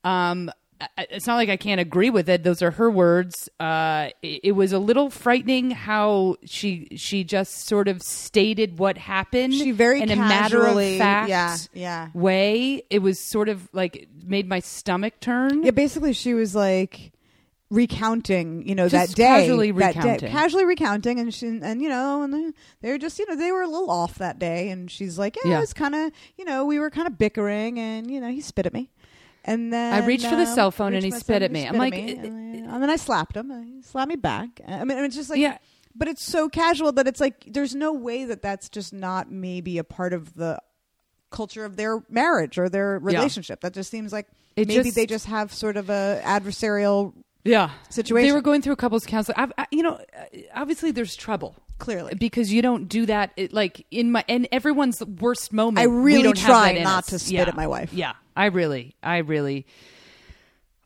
Speaker 1: Um, I- I- it's not like I can't agree with it. Those are her words. Uh, it, it was a little frightening how she she just sort of stated what happened
Speaker 2: She very
Speaker 1: in a matter of
Speaker 2: casually-
Speaker 1: fact
Speaker 2: yeah, yeah.
Speaker 1: way. It was sort of like it made my stomach turn.
Speaker 2: yeah, basically, she was like recounting, you know,
Speaker 1: Just
Speaker 2: that day,
Speaker 1: casually
Speaker 2: that day-
Speaker 1: recounting.
Speaker 2: casually recounting, and she, and you know, and they- they were just, you know, they were a little off that day, and she's like, yeah,
Speaker 1: Yeah.
Speaker 2: it was kind of, you know, we were kind of bickering, and you know, he spit at me. And then
Speaker 1: I reached for the
Speaker 2: um,
Speaker 1: cell phone and
Speaker 2: reached
Speaker 1: he
Speaker 2: my
Speaker 1: spit
Speaker 2: phone
Speaker 1: at
Speaker 2: and
Speaker 1: me.
Speaker 2: he
Speaker 1: I'm like,
Speaker 2: spit at me,
Speaker 1: it-
Speaker 2: and, I- and then I slapped him. And he slapped me back. I mean, it's just like,
Speaker 1: Yeah.
Speaker 2: but it's so casual that it's like there's no way that that's just not maybe a part of the culture of their marriage or their relationship. That just seems like
Speaker 1: It
Speaker 2: maybe
Speaker 1: just-
Speaker 2: they just have sort of a adversarial.
Speaker 1: yeah
Speaker 2: Situation.
Speaker 1: They were going through a couples counseling. I've, I, you know, uh, obviously there's trouble.
Speaker 2: Clearly.
Speaker 1: because you don't do that. It, like in my and everyone's worst moment.
Speaker 2: I
Speaker 1: we
Speaker 2: really
Speaker 1: don't have
Speaker 2: try
Speaker 1: that in
Speaker 2: not
Speaker 1: us.
Speaker 2: to spit
Speaker 1: Yeah.
Speaker 2: at my wife.
Speaker 1: Yeah, I really, I really.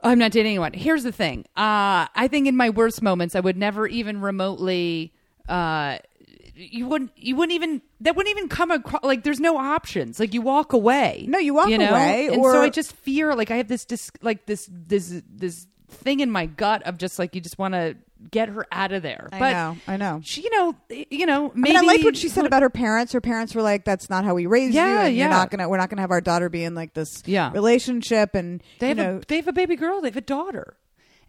Speaker 1: I'm not dating anyone. Here's the thing. Uh, I think in my worst moments, I would never even remotely. Uh, you wouldn't. You wouldn't even. That wouldn't even come across. Like there's no options. Like you walk away.
Speaker 2: No, you walk
Speaker 1: know?
Speaker 2: away,
Speaker 1: And
Speaker 2: or-
Speaker 1: so I just fear. Like I have this. Dis- like this. This. This thing in my gut of just like you just want to get her out of there.
Speaker 2: I
Speaker 1: but
Speaker 2: know, I know.
Speaker 1: She, you know. You know.
Speaker 2: I
Speaker 1: Maybe
Speaker 2: mean, I liked what she said about her parents. Her parents were like, "That's not how we raised you.
Speaker 1: Yeah,
Speaker 2: and
Speaker 1: yeah.
Speaker 2: You're not gonna. We're not gonna have our daughter be in like this
Speaker 1: Yeah.
Speaker 2: relationship." And
Speaker 1: They
Speaker 2: you
Speaker 1: have
Speaker 2: know,
Speaker 1: a they have a baby girl. They have a daughter,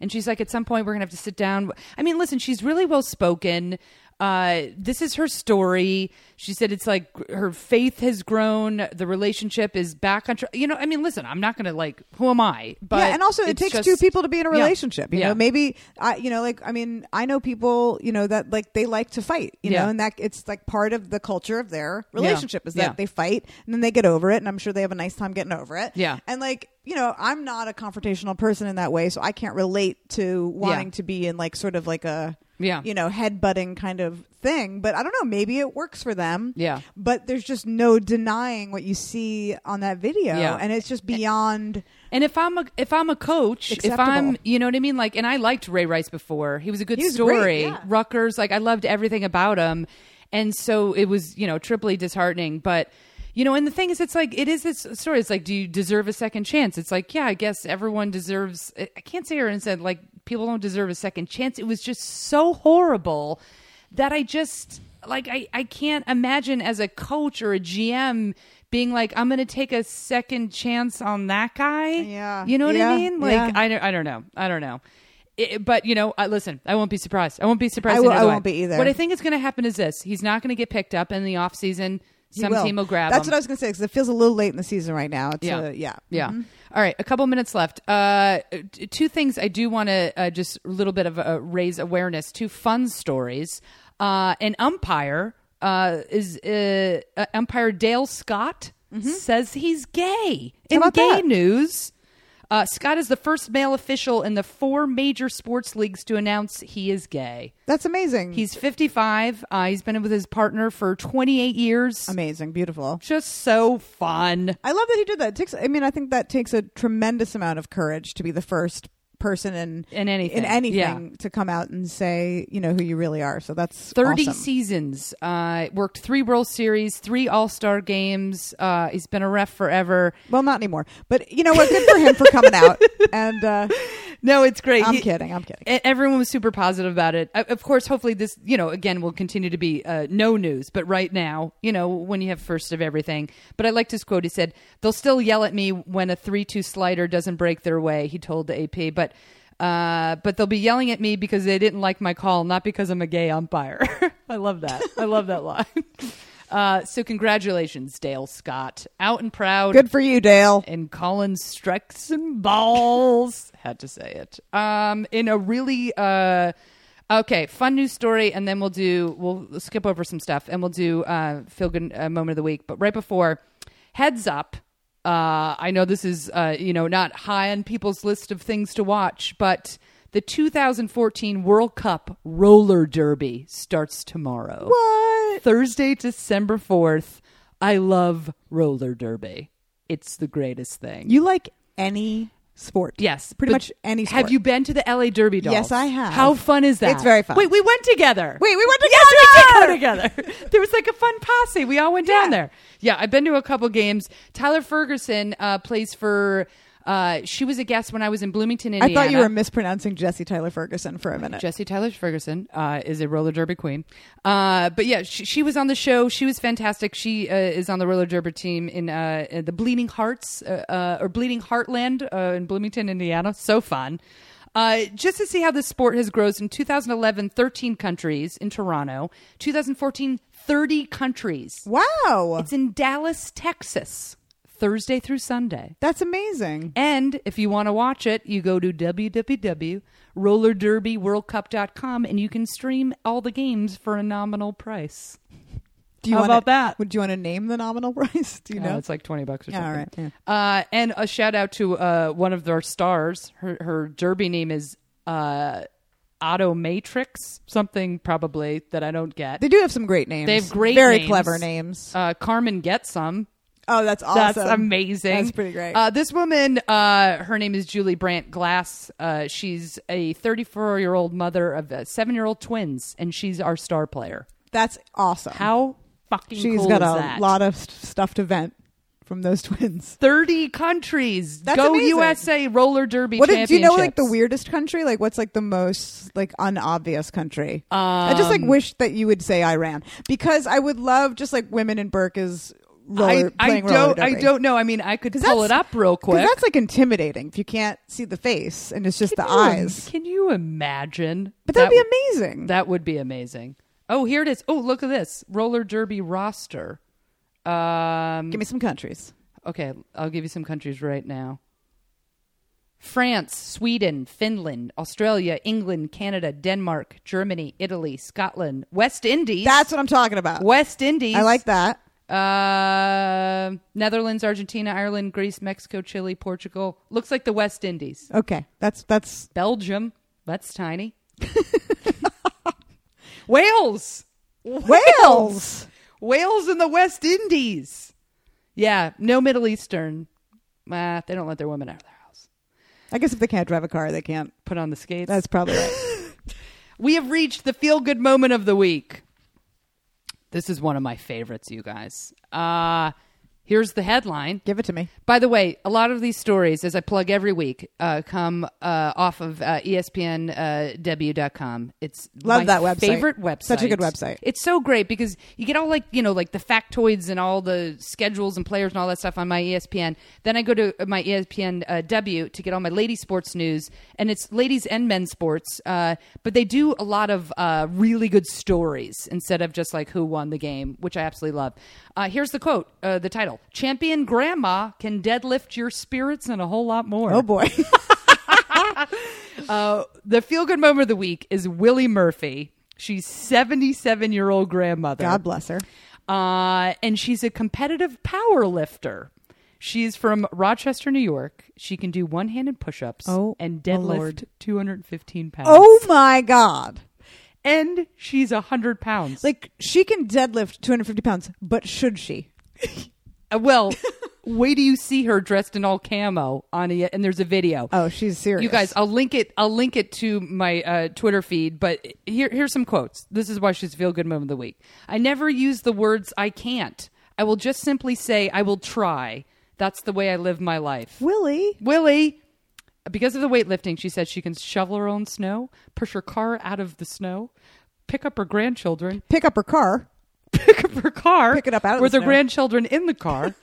Speaker 1: and she's like, at some point, we're gonna have to sit down. I mean, listen, she's really well spoken. Uh, this is her story. She said it's like her faith has grown. The relationship is back on track. You know, I mean, listen, I'm not gonna like who am I? But
Speaker 2: yeah, and also it
Speaker 1: it's
Speaker 2: takes
Speaker 1: just-
Speaker 2: two people to be in a
Speaker 1: Yeah.
Speaker 2: relationship. You
Speaker 1: Yeah.
Speaker 2: know, maybe I, you know, like I mean, I know people, you know, that like they like to fight, you
Speaker 1: Yeah.
Speaker 2: know, and that it's like part of the culture of their relationship is that
Speaker 1: Yeah.
Speaker 2: they fight and then they get over it, and I'm sure they have a nice time getting over it.
Speaker 1: Yeah.
Speaker 2: and like you know, I'm not a confrontational person in that way, so I can't relate to wanting to be in like sort of like a
Speaker 1: Yeah.
Speaker 2: you know headbutting kind of thing. But I don't know, maybe it works for them.
Speaker 1: Yeah.
Speaker 2: but there's just no denying what you see on that video,
Speaker 1: Yeah.
Speaker 2: and it's just beyond.
Speaker 1: And if I'm a if I'm a coach, if
Speaker 2: Acceptable.
Speaker 1: I'm you know what I mean, like, and I liked Ray Rice before. He was a good
Speaker 2: He was great,
Speaker 1: story.
Speaker 2: yeah.
Speaker 1: Rutgers, like, I loved everything about him, and so it was you know triply disheartening. But you know, and the thing is, it's like it is this story. It's like, do you deserve a second chance? It's like, yeah, I guess everyone deserves. I I can't sit here and said like people don't deserve a second chance. It was just so horrible that I just like I, I can't imagine as a coach or a GM being like I'm going to take a second chance on that guy.
Speaker 2: Yeah.
Speaker 1: You know what
Speaker 2: Yeah.
Speaker 1: I mean? Like
Speaker 2: Yeah.
Speaker 1: I don't I don't know. I don't know. It, but you know, I, listen. I won't be surprised. I won't be surprised.
Speaker 2: I will-
Speaker 1: either
Speaker 2: I
Speaker 1: way.
Speaker 2: won't be either.
Speaker 1: What I think is going to happen is this: he's not going to get picked up in the off season.
Speaker 2: He
Speaker 1: Some team will grab
Speaker 2: That's
Speaker 1: him.
Speaker 2: what I was gonna say because it feels a little late in the season right now. It's
Speaker 1: Yeah.
Speaker 2: yeah, yeah, Mm-hmm.
Speaker 1: Yeah. All right. A couple minutes left. Uh, t- two things I do want to uh, just a little bit of uh, raise awareness. Two fun stories. Uh, an umpire uh, is uh, uh, umpire Dale Scott says he's gay. In
Speaker 2: Mm-hmm. about
Speaker 1: gay
Speaker 2: that?
Speaker 1: news, uh, Scott is the first male official in the four major sports leagues to announce he is gay.
Speaker 2: That's amazing.
Speaker 1: He's 55. Uh, he's been with his partner for 28 years.
Speaker 2: amazing, beautiful.
Speaker 1: Just so fun.
Speaker 2: I love that he did that. It takes, I mean, I think that takes a tremendous amount of courage to be the first person in
Speaker 1: In anything.
Speaker 2: in anything
Speaker 1: Yeah.
Speaker 2: to come out and say you know who you really are. So that's
Speaker 1: 30
Speaker 2: awesome.
Speaker 1: seasons. Uh, worked three World Series, three All Star games. Uh, he's been a ref forever.
Speaker 2: Well, not anymore, but you know what? Good for him for coming out. And uh,
Speaker 1: No, it's great.
Speaker 2: I'm
Speaker 1: He-
Speaker 2: kidding. I'm kidding.
Speaker 1: E- Everyone was super positive about it. I- Of course, hopefully this, you know, again will continue to be uh, no news. But right now, you know, when you have first of everything. But I liked his quote. He said, "They'll still yell at me when a three-two slider doesn't break their way." He told the AP, but uh, but they'll be yelling at me because they didn't like my call, not because I'm a gay umpire. I love that. I love that line. Uh, so congratulations, Dale Scott, out and proud
Speaker 2: Good for you, Dale.
Speaker 1: and Colin strikes and balls. Had to say it. Um, in a really uh, okay, fun news story, and then we'll do we'll skip over some stuff, and we'll do uh, feel good uh, moment of the week. But right before, heads up. Uh, I know this is uh, you know not high on people's list of things to watch, but the 2014 World Cup roller derby starts tomorrow.
Speaker 2: What? it.
Speaker 1: Thursday, December 4th. I love roller derby. It's the greatest thing.
Speaker 2: You like any sport?
Speaker 1: yes,
Speaker 2: pretty
Speaker 1: but
Speaker 2: much any sport.
Speaker 1: Have you been to the LA Derby Dolls?
Speaker 2: Yes, I have.
Speaker 1: How fun is that?
Speaker 2: It's very fun.
Speaker 1: Wait, we went together.
Speaker 2: Wait, we went
Speaker 1: Yes, we
Speaker 2: together!
Speaker 1: did go together. There was like a fun posse. We all went down
Speaker 2: Yeah.
Speaker 1: there. Yeah, I've been to a couple games. Tyler Ferguson uh, plays for. Uh, she was a guest when I was in Bloomington,
Speaker 2: I
Speaker 1: Indiana.
Speaker 2: thought you were mispronouncing Jesse Tyler Ferguson for a minute.
Speaker 1: Jesse Tyler Ferguson uh, is a roller derby queen. Uh, but yeah, she, she was on the show. She was fantastic. She uh, is on the roller derby team in, uh, in the Bleeding Hearts uh, uh, or Bleeding Heartland uh, in Bloomington, Indiana. So fun. Uh, just to see how this sport has grown in 2011, 13 countries in Toronto, 2014, 30 countries.
Speaker 2: Wow.
Speaker 1: It's in Dallas, Texas, Thursday through Sunday.
Speaker 2: That's amazing.
Speaker 1: And if you want to watch it, you go to www.rollerderbyworldcup.com and you can stream all the games for a nominal price.
Speaker 2: Do you
Speaker 1: How
Speaker 2: wanna,
Speaker 1: about that?
Speaker 2: Would you want to name the nominal price? Do you
Speaker 1: Uh,
Speaker 2: know?
Speaker 1: it's like 20 bucks or
Speaker 2: Yeah,
Speaker 1: something.
Speaker 2: all right,
Speaker 1: Uh, and a shout out to uh, one of their stars. Her, her derby name is uh, Otto Matrix, something probably that I don't get.
Speaker 2: they do have some great names.
Speaker 1: They have great
Speaker 2: very
Speaker 1: names.
Speaker 2: clever names.
Speaker 1: Uh, Carmen gets some.
Speaker 2: oh, that's awesome.
Speaker 1: That's amazing.
Speaker 2: That's pretty great.
Speaker 1: Uh, this woman, uh, her name is Julie Brandt Glass. Uh, she's a 34 year old mother of uh, seven year old twins, and she's our star player.
Speaker 2: that's awesome.
Speaker 1: How fucking
Speaker 2: She's
Speaker 1: cool
Speaker 2: got
Speaker 1: is
Speaker 2: a
Speaker 1: that?
Speaker 2: lot of st- stuff to vent from those twins.
Speaker 1: 30 countries.
Speaker 2: That's
Speaker 1: Go
Speaker 2: amazing.
Speaker 1: USA roller derby
Speaker 2: What did,
Speaker 1: championships.
Speaker 2: do you know? Like the weirdest country? Like what's like the most like unobvious country? I just
Speaker 1: Um,
Speaker 2: like wish that you would say Iran because I would love just like women in burkas roller,
Speaker 1: I, I
Speaker 2: playing roller
Speaker 1: don't. I
Speaker 2: derby.
Speaker 1: don't know. I mean, I could
Speaker 2: 'Cause
Speaker 1: pull it
Speaker 2: that's-
Speaker 1: up real
Speaker 2: 'cause
Speaker 1: quick.
Speaker 2: That's like intimidating if you can't see the face and it's just
Speaker 1: Can
Speaker 2: the
Speaker 1: you-
Speaker 2: eyes.
Speaker 1: Can you imagine?
Speaker 2: But that'd
Speaker 1: That-
Speaker 2: be amazing.
Speaker 1: That would be amazing. Oh, here it is. Oh, look at this roller derby roster. Um,
Speaker 2: Give me some countries.
Speaker 1: Okay, I'll give you some countries right now. France, Sweden, Finland, Australia, England, Canada, Denmark, Germany, Italy, Scotland, West Indies.
Speaker 2: That's what I'm talking about.
Speaker 1: West Indies.
Speaker 2: I like that.
Speaker 1: Uh, Netherlands, Argentina, Ireland, Greece, Mexico, Chile, Portugal. Looks like the West Indies.
Speaker 2: Okay, that's that's
Speaker 1: Belgium. That's tiny. Wales.
Speaker 2: Wales.
Speaker 1: Wales and the West Indies. Yeah, no Middle Eastern. Uh, they don't let their women out of their house.
Speaker 2: I guess if they can't drive a car, they can't.
Speaker 1: Put on the skates.
Speaker 2: That's probably right.
Speaker 1: we have reached the feel good moment of the week. This is one of my favorites, you guys. Uh, here's the headline.
Speaker 2: Give it to me.
Speaker 1: By the way, a lot of these stories, as I plug every week, uh, come uh, off of uh, ESPNW.com. it's
Speaker 2: Love
Speaker 1: my
Speaker 2: that website.
Speaker 1: Favorite website.
Speaker 2: Such a good website.
Speaker 1: It's so great because you get all like you know like the factoids and all the schedules and players and all that stuff on my E ESPN. Then I go to my ESPN uh, W to get all my lady sports news, and it's ladies and men's sports. Uh, but they do a lot of uh, really good stories instead of just like who won the game, which I absolutely love. Uh, here's the quote, uh, the title: "Champion Grandma can deadlift your spirits and a whole lot more."
Speaker 2: Oh boy.
Speaker 1: Uh, the feel good moment of the week is Willie Murphy. She's 77 year old grandmother.
Speaker 2: God bless her.
Speaker 1: Uh, and she's a competitive power lifter. She's from Rochester, New York. She can do one handed push ups
Speaker 2: Oh,
Speaker 1: and
Speaker 2: my
Speaker 1: deadlift
Speaker 2: Lord.
Speaker 1: 215 pounds.
Speaker 2: Oh my God.
Speaker 1: And she's 100 pounds.
Speaker 2: Like she can deadlift 250 pounds, but should she?
Speaker 1: Uh, well, wait do you see her dressed in all camo on a, and there's a video.
Speaker 2: Oh, she's serious.
Speaker 1: You guys, I'll link it. I'll link it to my uh, Twitter feed. But here, here's some quotes. This is why she's feel good moment of the week. I never use the words "I can't." I will just simply say, "I will try." That's the way I live my life.
Speaker 2: Willie.
Speaker 1: Willie, because of the weightlifting, she said she can shovel her own snow, push her car out of the snow, pick up her grandchildren,
Speaker 2: Pick up her car.
Speaker 1: pick up her car,
Speaker 2: Pick it up out of
Speaker 1: with
Speaker 2: the
Speaker 1: her
Speaker 2: snow.
Speaker 1: grandchildren in the car,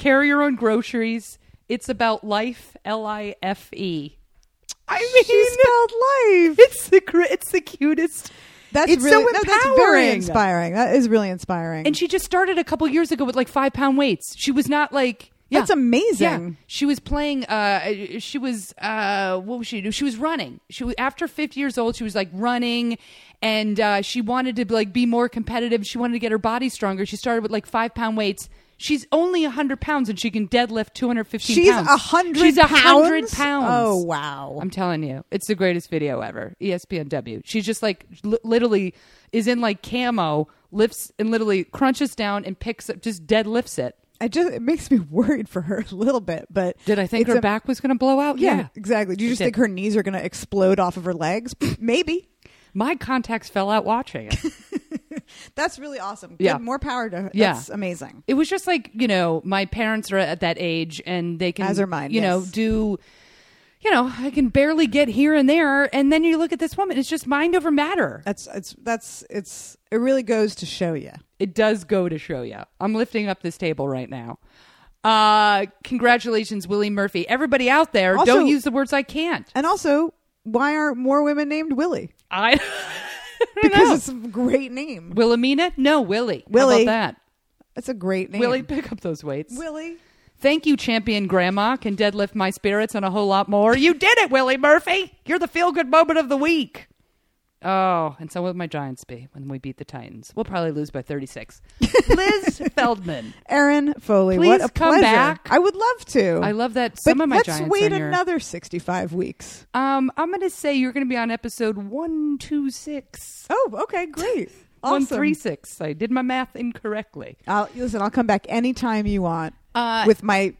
Speaker 1: carry her own groceries. It's about life, L I F E. I mean,
Speaker 2: She spelled life.
Speaker 1: it's the gr- it's the cutest.
Speaker 2: That's
Speaker 1: it's so
Speaker 2: really no,
Speaker 1: empowering.
Speaker 2: that's very inspiring. That is really inspiring.
Speaker 1: And she just started a couple years ago with like five pound weights. She was not like yeah.
Speaker 2: That's amazing.
Speaker 1: Yeah. She was playing. Uh, she was uh, what was she do? She was running. She was after fifty years old. She was like running, and uh, she wanted to like be more competitive. She wanted to get her body stronger. She started with like five pound weights. She's only hundred pounds, and she can deadlift two hundred fifteen.
Speaker 2: She's
Speaker 1: pounds.
Speaker 2: a hundred.
Speaker 1: She's hundred pounds.
Speaker 2: Oh wow.
Speaker 1: I'm telling you, it's E the greatest video ever. ESPNW. She's just like li- literally is in like camo, lifts and literally crunches down and picks up, just deadlifts it.
Speaker 2: I just it makes me worried for her a little bit, but
Speaker 1: Did I think
Speaker 2: it's
Speaker 1: her
Speaker 2: a-
Speaker 1: back was going to blow out?
Speaker 2: Yeah, exactly. Do
Speaker 1: It
Speaker 2: you just
Speaker 1: did.
Speaker 2: think her knees are going to explode off of her legs? Maybe.
Speaker 1: My contacts fell out watching it.
Speaker 2: That's really awesome.
Speaker 1: Yeah.
Speaker 2: Good. more power to her.
Speaker 1: Yeah.
Speaker 2: That's amazing.
Speaker 1: it was just like you know my parents are at that age and they can
Speaker 2: As are mine,
Speaker 1: you know
Speaker 2: yes.
Speaker 1: do you know i can barely get here and there and then you look at this woman it's just mind over matter
Speaker 2: That's it's that's it's it really goes to show you.
Speaker 1: it does go to show you i'm lifting up this table right now uh congratulations willie murphy everybody out there
Speaker 2: Also-
Speaker 1: don't use the words i can't
Speaker 2: And also, why aren't more women named Willie?
Speaker 1: i
Speaker 2: Because it's a great name.
Speaker 1: wilhelmina no willie How
Speaker 2: Willie.
Speaker 1: about that
Speaker 2: It's a great name.
Speaker 1: willie pick up those weights
Speaker 2: Willie.
Speaker 1: Thank you, champion grandma. Can deadlift my spirits and a whole lot more. You did it, Willie Murphy. You're the feel good moment of the week. Oh, and so will my Giants be when we beat the Titans. We'll probably lose by 36. Liz Feldman.
Speaker 2: Aaron Foley.
Speaker 1: Please
Speaker 2: what a
Speaker 1: come
Speaker 2: pleasure.
Speaker 1: back.
Speaker 2: I would love to.
Speaker 1: I love that
Speaker 2: But
Speaker 1: some of my
Speaker 2: let's
Speaker 1: Giants
Speaker 2: wait
Speaker 1: on your-
Speaker 2: another 65 weeks.
Speaker 1: Um, I'm going to say you're going to be on episode 126.
Speaker 2: Oh, okay, great. awesome.
Speaker 1: 136. I did my math incorrectly.
Speaker 2: I'll, listen, I'll come back anytime you want
Speaker 1: Uh,
Speaker 2: with my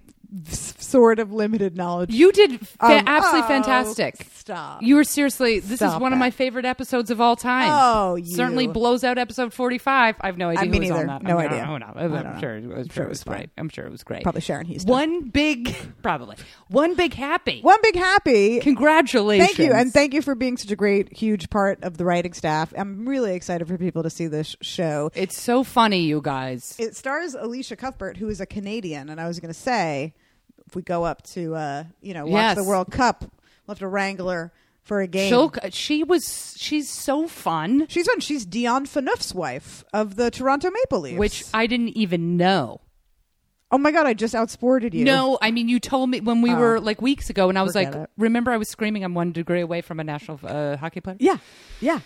Speaker 2: s- sort of limited knowledge.
Speaker 1: You did fa-
Speaker 2: Um,
Speaker 1: absolutely
Speaker 2: oh,
Speaker 1: fantastic.
Speaker 2: stop.
Speaker 1: You were seriously. This is
Speaker 2: Stop
Speaker 1: one of
Speaker 2: it.
Speaker 1: my favorite episodes of all time.
Speaker 2: Oh, you.
Speaker 1: certainly blows out episode forty-five. I have no idea
Speaker 2: I-
Speaker 1: who
Speaker 2: me
Speaker 1: was on
Speaker 2: neither.
Speaker 1: that.
Speaker 2: No
Speaker 1: I'm,
Speaker 2: idea.
Speaker 1: I don't know.
Speaker 2: I don't
Speaker 1: I'm
Speaker 2: know.
Speaker 1: sure. it was- I'm sure it was great. I'm sure it was great.
Speaker 2: Probably Sharon Houston.
Speaker 1: One big, probably one big happy.
Speaker 2: One big happy.
Speaker 1: Congratulations!
Speaker 2: Thank you, and thank you for being such a great, huge part of the writing staff. I'm really excited for people to see this show.
Speaker 1: it's so funny, you guys.
Speaker 2: It stars Alicia Cuthbert, who is a Canadian, and I was going to say, if we go up to uh, you know watch
Speaker 1: Yes.
Speaker 2: the World Cup, we'll have to wrangle her for a game.
Speaker 1: She'll, she was. She's so fun,
Speaker 2: She's on. She's Dion Phaneuf's wife of the Toronto Maple Leafs.
Speaker 1: which I didn't even know.
Speaker 2: oh my god, I just outsported you.
Speaker 1: No, I mean you told me when we were like weeks ago, and I was
Speaker 2: Oh. Forget
Speaker 1: like,
Speaker 2: it.
Speaker 1: remember I was screaming, "I'm one degree away from a national uh, hockey player."
Speaker 2: Yeah, yeah,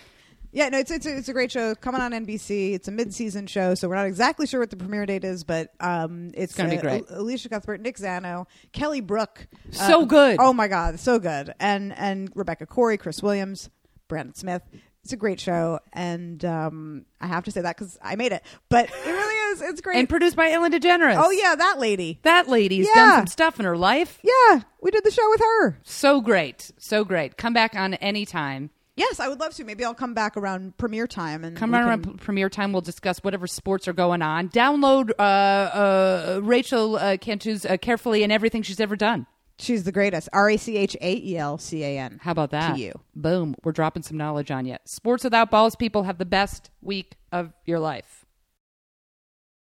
Speaker 2: yeah. No, it's it's a, it's a great show coming on NBC. It's a mid-season show, so we're not exactly sure what the premiere date is, but um, it's,
Speaker 1: gonna be
Speaker 2: uh,
Speaker 1: great.
Speaker 2: Al- Alicia Cuthbert, Nick Zano, Kelly Brook,
Speaker 1: So good.
Speaker 2: Oh my God, so good. And and Rebecca Corey, Chris Williams, Brandon Smith. It's a great show, and um, I have to say that because I made it, but it really is. It's great.
Speaker 1: and produced by Ellen DeGeneres.
Speaker 2: oh yeah, that lady.
Speaker 1: that lady's
Speaker 2: Yeah.
Speaker 1: done some stuff in her life.
Speaker 2: Yeah, we did the show with her.
Speaker 1: So great, so great. Come back on any time.
Speaker 2: Yes, I would love to. Maybe I'll come back around premiere time and
Speaker 1: Come
Speaker 2: we
Speaker 1: on
Speaker 2: can-
Speaker 1: around p- premiere time. We'll discuss whatever sports are going on. Download uh, uh, Rachel uh, Cantu's uh, carefully and everything she's ever done.
Speaker 2: She's the greatest. R A C H A E L C A N.
Speaker 1: How about that?
Speaker 2: To you.
Speaker 1: Boom. We're dropping some knowledge on you. Sports without balls. People have the best week of your life.